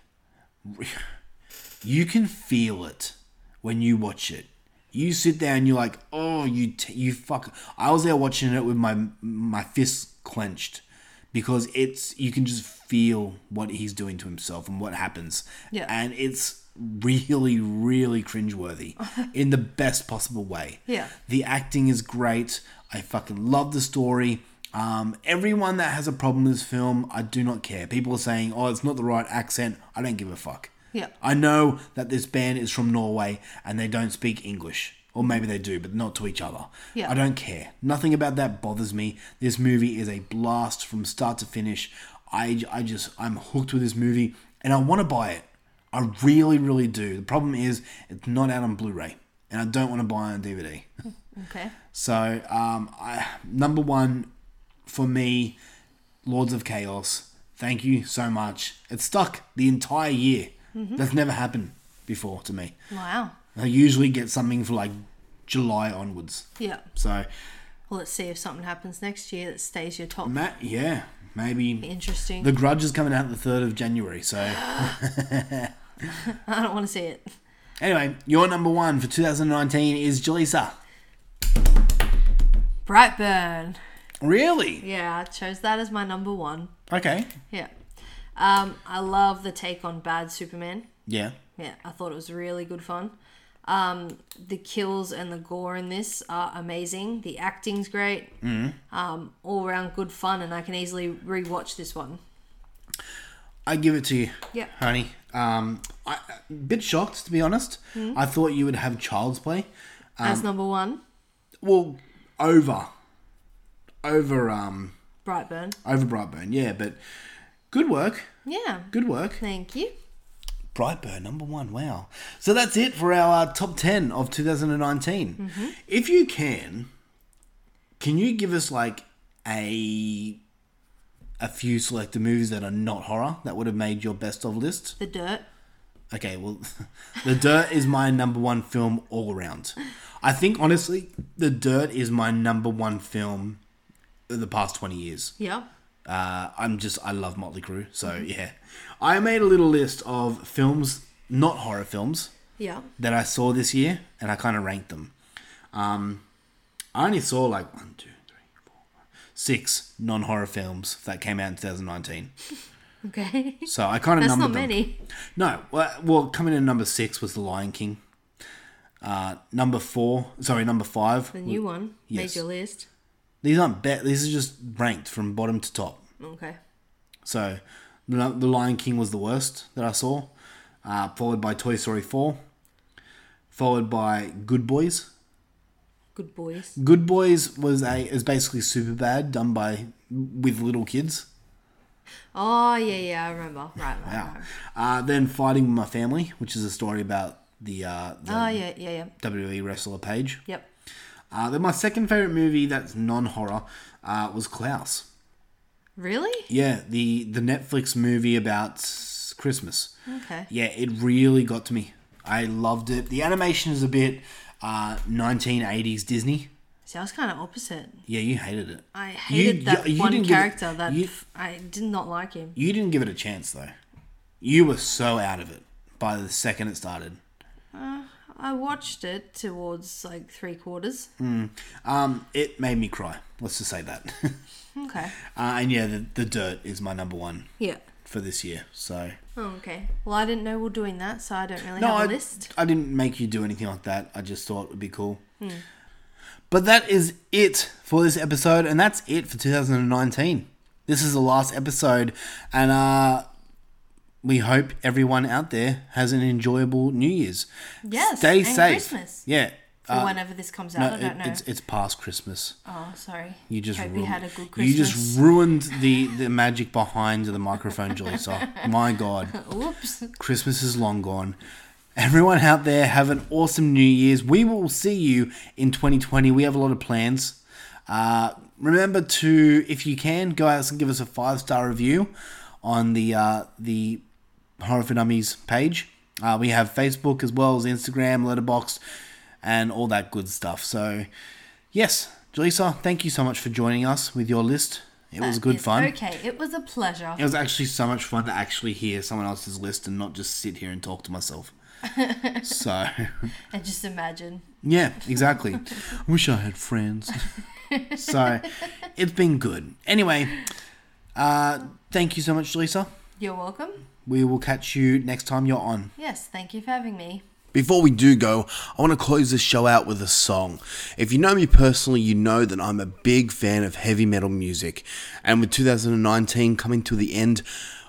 A: you can feel it when you watch it. You sit there and you're like, oh, you t- you fuck. I was there watching it with my my fists clenched because it's you can just feel what he's doing to himself and what happens.
B: Yeah.
A: And it's really really
B: *laughs*
A: cringeworthy in the best possible way.
B: Yeah.
A: The acting is great. I fucking love the story. Um, everyone that has a problem with this film, I do not care. People are saying, "Oh, it's not the right accent." I don't give a fuck.
B: Yeah.
A: I know that this band is from Norway and they don't speak English. Or maybe they do, but not to each other.
B: Yeah.
A: I don't care. Nothing about that bothers me. This movie is a blast from start to finish. I, I just, I'm hooked with this movie and I want to buy it. I really, really do. The problem is, it's not out on Blu ray and I don't want to buy it on DVD.
B: Okay.
A: So, um, I, number one for me, Lords of Chaos. Thank you so much. It stuck the entire year. That's never happened before to me.
B: Wow.
A: I usually get something for like July onwards.
B: Yeah.
A: So,
B: Well, let's see if something happens next year that stays your top.
A: Matt, yeah, maybe.
B: Interesting.
A: The Grudge is coming out the 3rd of January. So,
B: *laughs* I don't want to see it.
A: anyway, your number one for 2019 is Jaleesa.
B: Brightburn.
A: Really?
B: Yeah, I chose that as my number one.
A: Okay.
B: Yeah. Um, I love the take on bad Superman.
A: Yeah.
B: Yeah, I thought it was really good fun. Um, the kills and the gore in this are amazing. The acting's great. Mm. Um, all around good fun, and I can easily rewatch this one.
A: I give it to you.
B: Yeah.
A: Honey. Um, I, a bit shocked, to be honest. I thought you would have Child's Play.
B: As number one,
A: Well, over. Over, um,
B: Brightburn.
A: over Brightburn, yeah, but good work.
B: Yeah.
A: Good work.
B: Thank you.
A: Brightburn, number one. Wow. So that's it for our uh, top 10 of 2019. If you can, can you give us like a a few selected movies that are not horror that would have made your best of list?
B: The Dirt.
A: Okay, well, *laughs* The Dirt is my number one film all around. I think honestly, The Dirt is my number one film of the past 20 years.
B: Yeah.
A: Uh, I'm just I love Motley Crue, so
B: Mm-hmm.
A: yeah. I made a little list of films, not horror films,
B: Yeah.
A: that I saw this year, and I kind of ranked them. Um, I only saw like one, two, three, four, five, six non-horror films that came out in 2019.
B: Okay. *laughs*
A: So I kind of
B: That's
A: numbered
B: not
A: them.
B: many.
A: No, well, well, coming in number six was The Lion King. Uh, number four, sorry, number five.
B: The new one
A: yes.
B: made your list.
A: These aren't bet. These are just ranked from bottom to top.
B: Okay.
A: So, The The Lion King was the worst that I saw, uh, followed by Toy Story 4, followed by Good Boys.
B: Good boys.
A: Good Boys was a is basically super bad done by with little kids.
B: Oh yeah, yeah, I remember. Right, right. right.
A: Uh, then Fighting My Family, which is a story about the, uh, the
B: Oh yeah, yeah, yeah.
A: WWE wrestler Page.
B: Yep.
A: Uh, then my second favorite movie that's non horror uh, was Klaus.
B: Really?
A: Yeah, the the Netflix movie about s- Christmas.
B: Okay.
A: Yeah, it really got to me. I loved it. The animation is a bit uh, 1980s Disney.
B: See, I was kind of opposite.
A: Yeah, you hated it.
B: I
A: You-
B: hated that
A: you- you
B: one
A: didn't give it-
B: character that
A: you,
B: f- I did not like him.
A: you didn't give it a chance though. You were so out of it by the second it started.
B: I watched it towards like three quarters.
A: Um, it made me cry. Let's just say that. *laughs* uh,
B: Okay.
A: and yeah, the, the dirt is my number one
B: Yeah.
A: for this year. So
B: Oh, okay. Well, I didn't know we are doing that, so I don't really
A: No,
B: have a
A: I,
B: list. Hmm.
A: I didn't make you do anything like that. I just thought it would be cool. But that is it for this episode, and that's it for 2019. This is the last episode, and uh, we hope everyone out there has an enjoyable New Year's.
B: Yes,
A: Stay
B: and
A: safe.
B: Christmas.
A: Yeah.
B: Or
A: Uh,
B: whenever this comes
A: no,
B: out, I don't
A: it-
B: know.
A: it's it's past Christmas.
B: oh, sorry.
A: You just
B: hope
A: ruined,
B: you had a good
A: you
B: Christmas.
A: just ruined the, the magic behind the microphone,
B: *laughs*
A: Jaleesa. My God.
B: Oops.
A: Christmas is long gone. Everyone out there, have an awesome New Year's. We will see you in 2020. We have a lot of plans. Uh, remember to, if you can, go out and give us a five star review on the uh, the Horror for Dummies page. Uh, we have Facebook as well as Instagram, Letterboxd, and all that good stuff. So, yes, Jaleesa, thank you so much for joining us with your list. It was good
B: It's
A: fun.
B: Okay, it was a pleasure.
A: It was actually so much fun to actually hear someone else's list and not just sit here and talk to myself. so,
B: And just imagine.
A: yeah, exactly. I wish I had friends. so, it's been good. Anyway, uh, thank you so much, Lisa.
B: You're welcome.
A: We will catch you next time you're on.
B: Yes, thank you for having me.
A: Before we do go, I want to close this show out with a song. If you know me personally, you know that I'm a big fan of heavy metal music. And with 2019 coming to the end,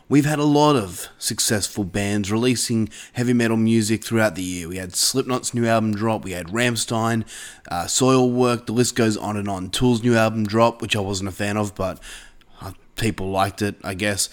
A: We've had a lot of successful bands releasing heavy metal music throughout the year. We had Slipknot's new album drop, we had Ramstein, uh, Soilwork, the list goes on and on. Tool's new album drop, which I wasn't a fan of, but uh, people liked it, I guess.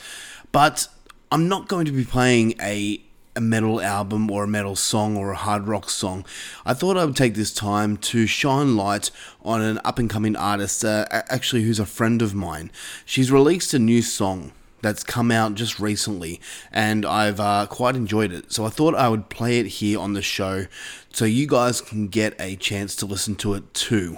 A: But I'm not going to be playing a a metal album or a metal song or a hard rock song. I thought I would take this time to shine light on an up and coming artist, uh, a- actually, who's a friend of mine. She's released a new song that's come out just recently, and I've uh, quite enjoyed it. So I thought I would play it here on the show so you guys can get a chance to listen to it too.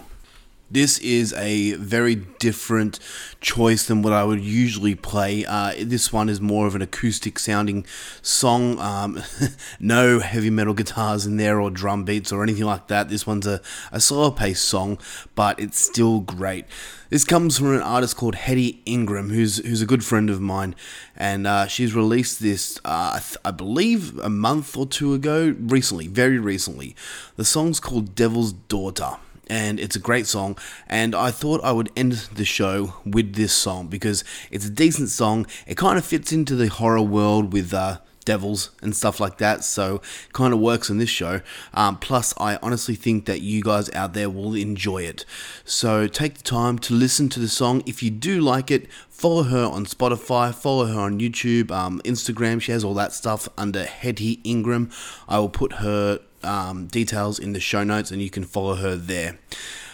A: This is a very different choice than what I would usually play. Uh, this one is more of an acoustic sounding song. Um, *laughs* no heavy metal guitars in there or drum beats or anything like that. This one's a, a slower paced song, but it's still great. This comes from an artist called Hetty Ingram, who's who's a good friend of mine, and uh, she's released this, uh, I, th- I believe, a month or two ago, recently, very recently. The song's called Devil's Daughter and it's a great song. And I thought I would end the show with this song because it's a decent song. It kind of fits into the horror world with uh, devils and stuff like that, so it kind of works in this show. Um, plus, I honestly think that you guys out there will enjoy it. So take the time to listen to the song. If you do like it, follow her on Spotify, follow her on YouTube, um, Instagram. She has all that stuff under Hetty Ingram. I will put her um, details in the show notes and you can follow her there.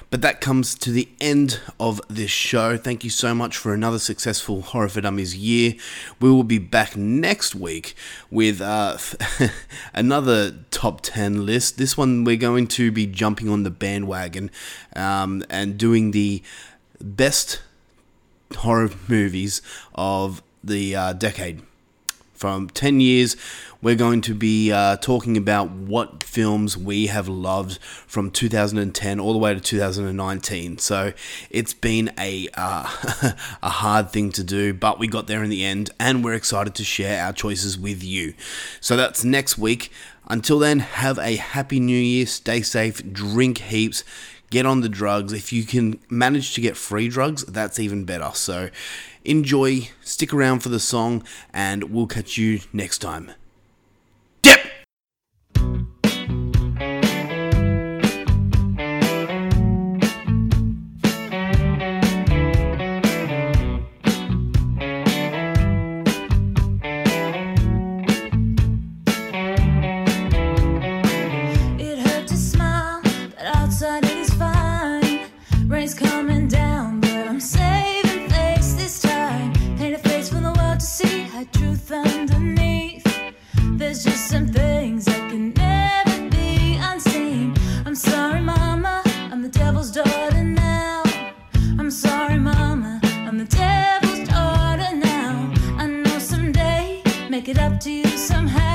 A: But that comes to the end of this show. Thank you so much for another successful Horror for Dummies year. We will be back next week with uh, *laughs* another top 10 list. This one we're going to be jumping on the bandwagon um, and doing the best horror movies of the uh, decade from 10 years we're going to be uh, talking about what films we have loved from 2010 all the way to 2019 so it's been a uh, *laughs* a hard thing to do but we got there in the end and we're excited to share our choices with you so that's next week until then have a happy new year stay safe drink heaps get on the drugs. If you can manage to get free drugs, that's even better. So enjoy, stick around for the song, and we'll catch you next time. Dip!
D: It hurt to smile, but outside it is fine. Rain's coming down, but I'm saving face this time. Paint a face for the world to see, hide truth underneath. There's just some things that can never be unseen. I'm sorry, Mama, I'm the devil's daughter now. I'm sorry, Mama, I'm the devil's daughter now. I know someday, make it up to you somehow.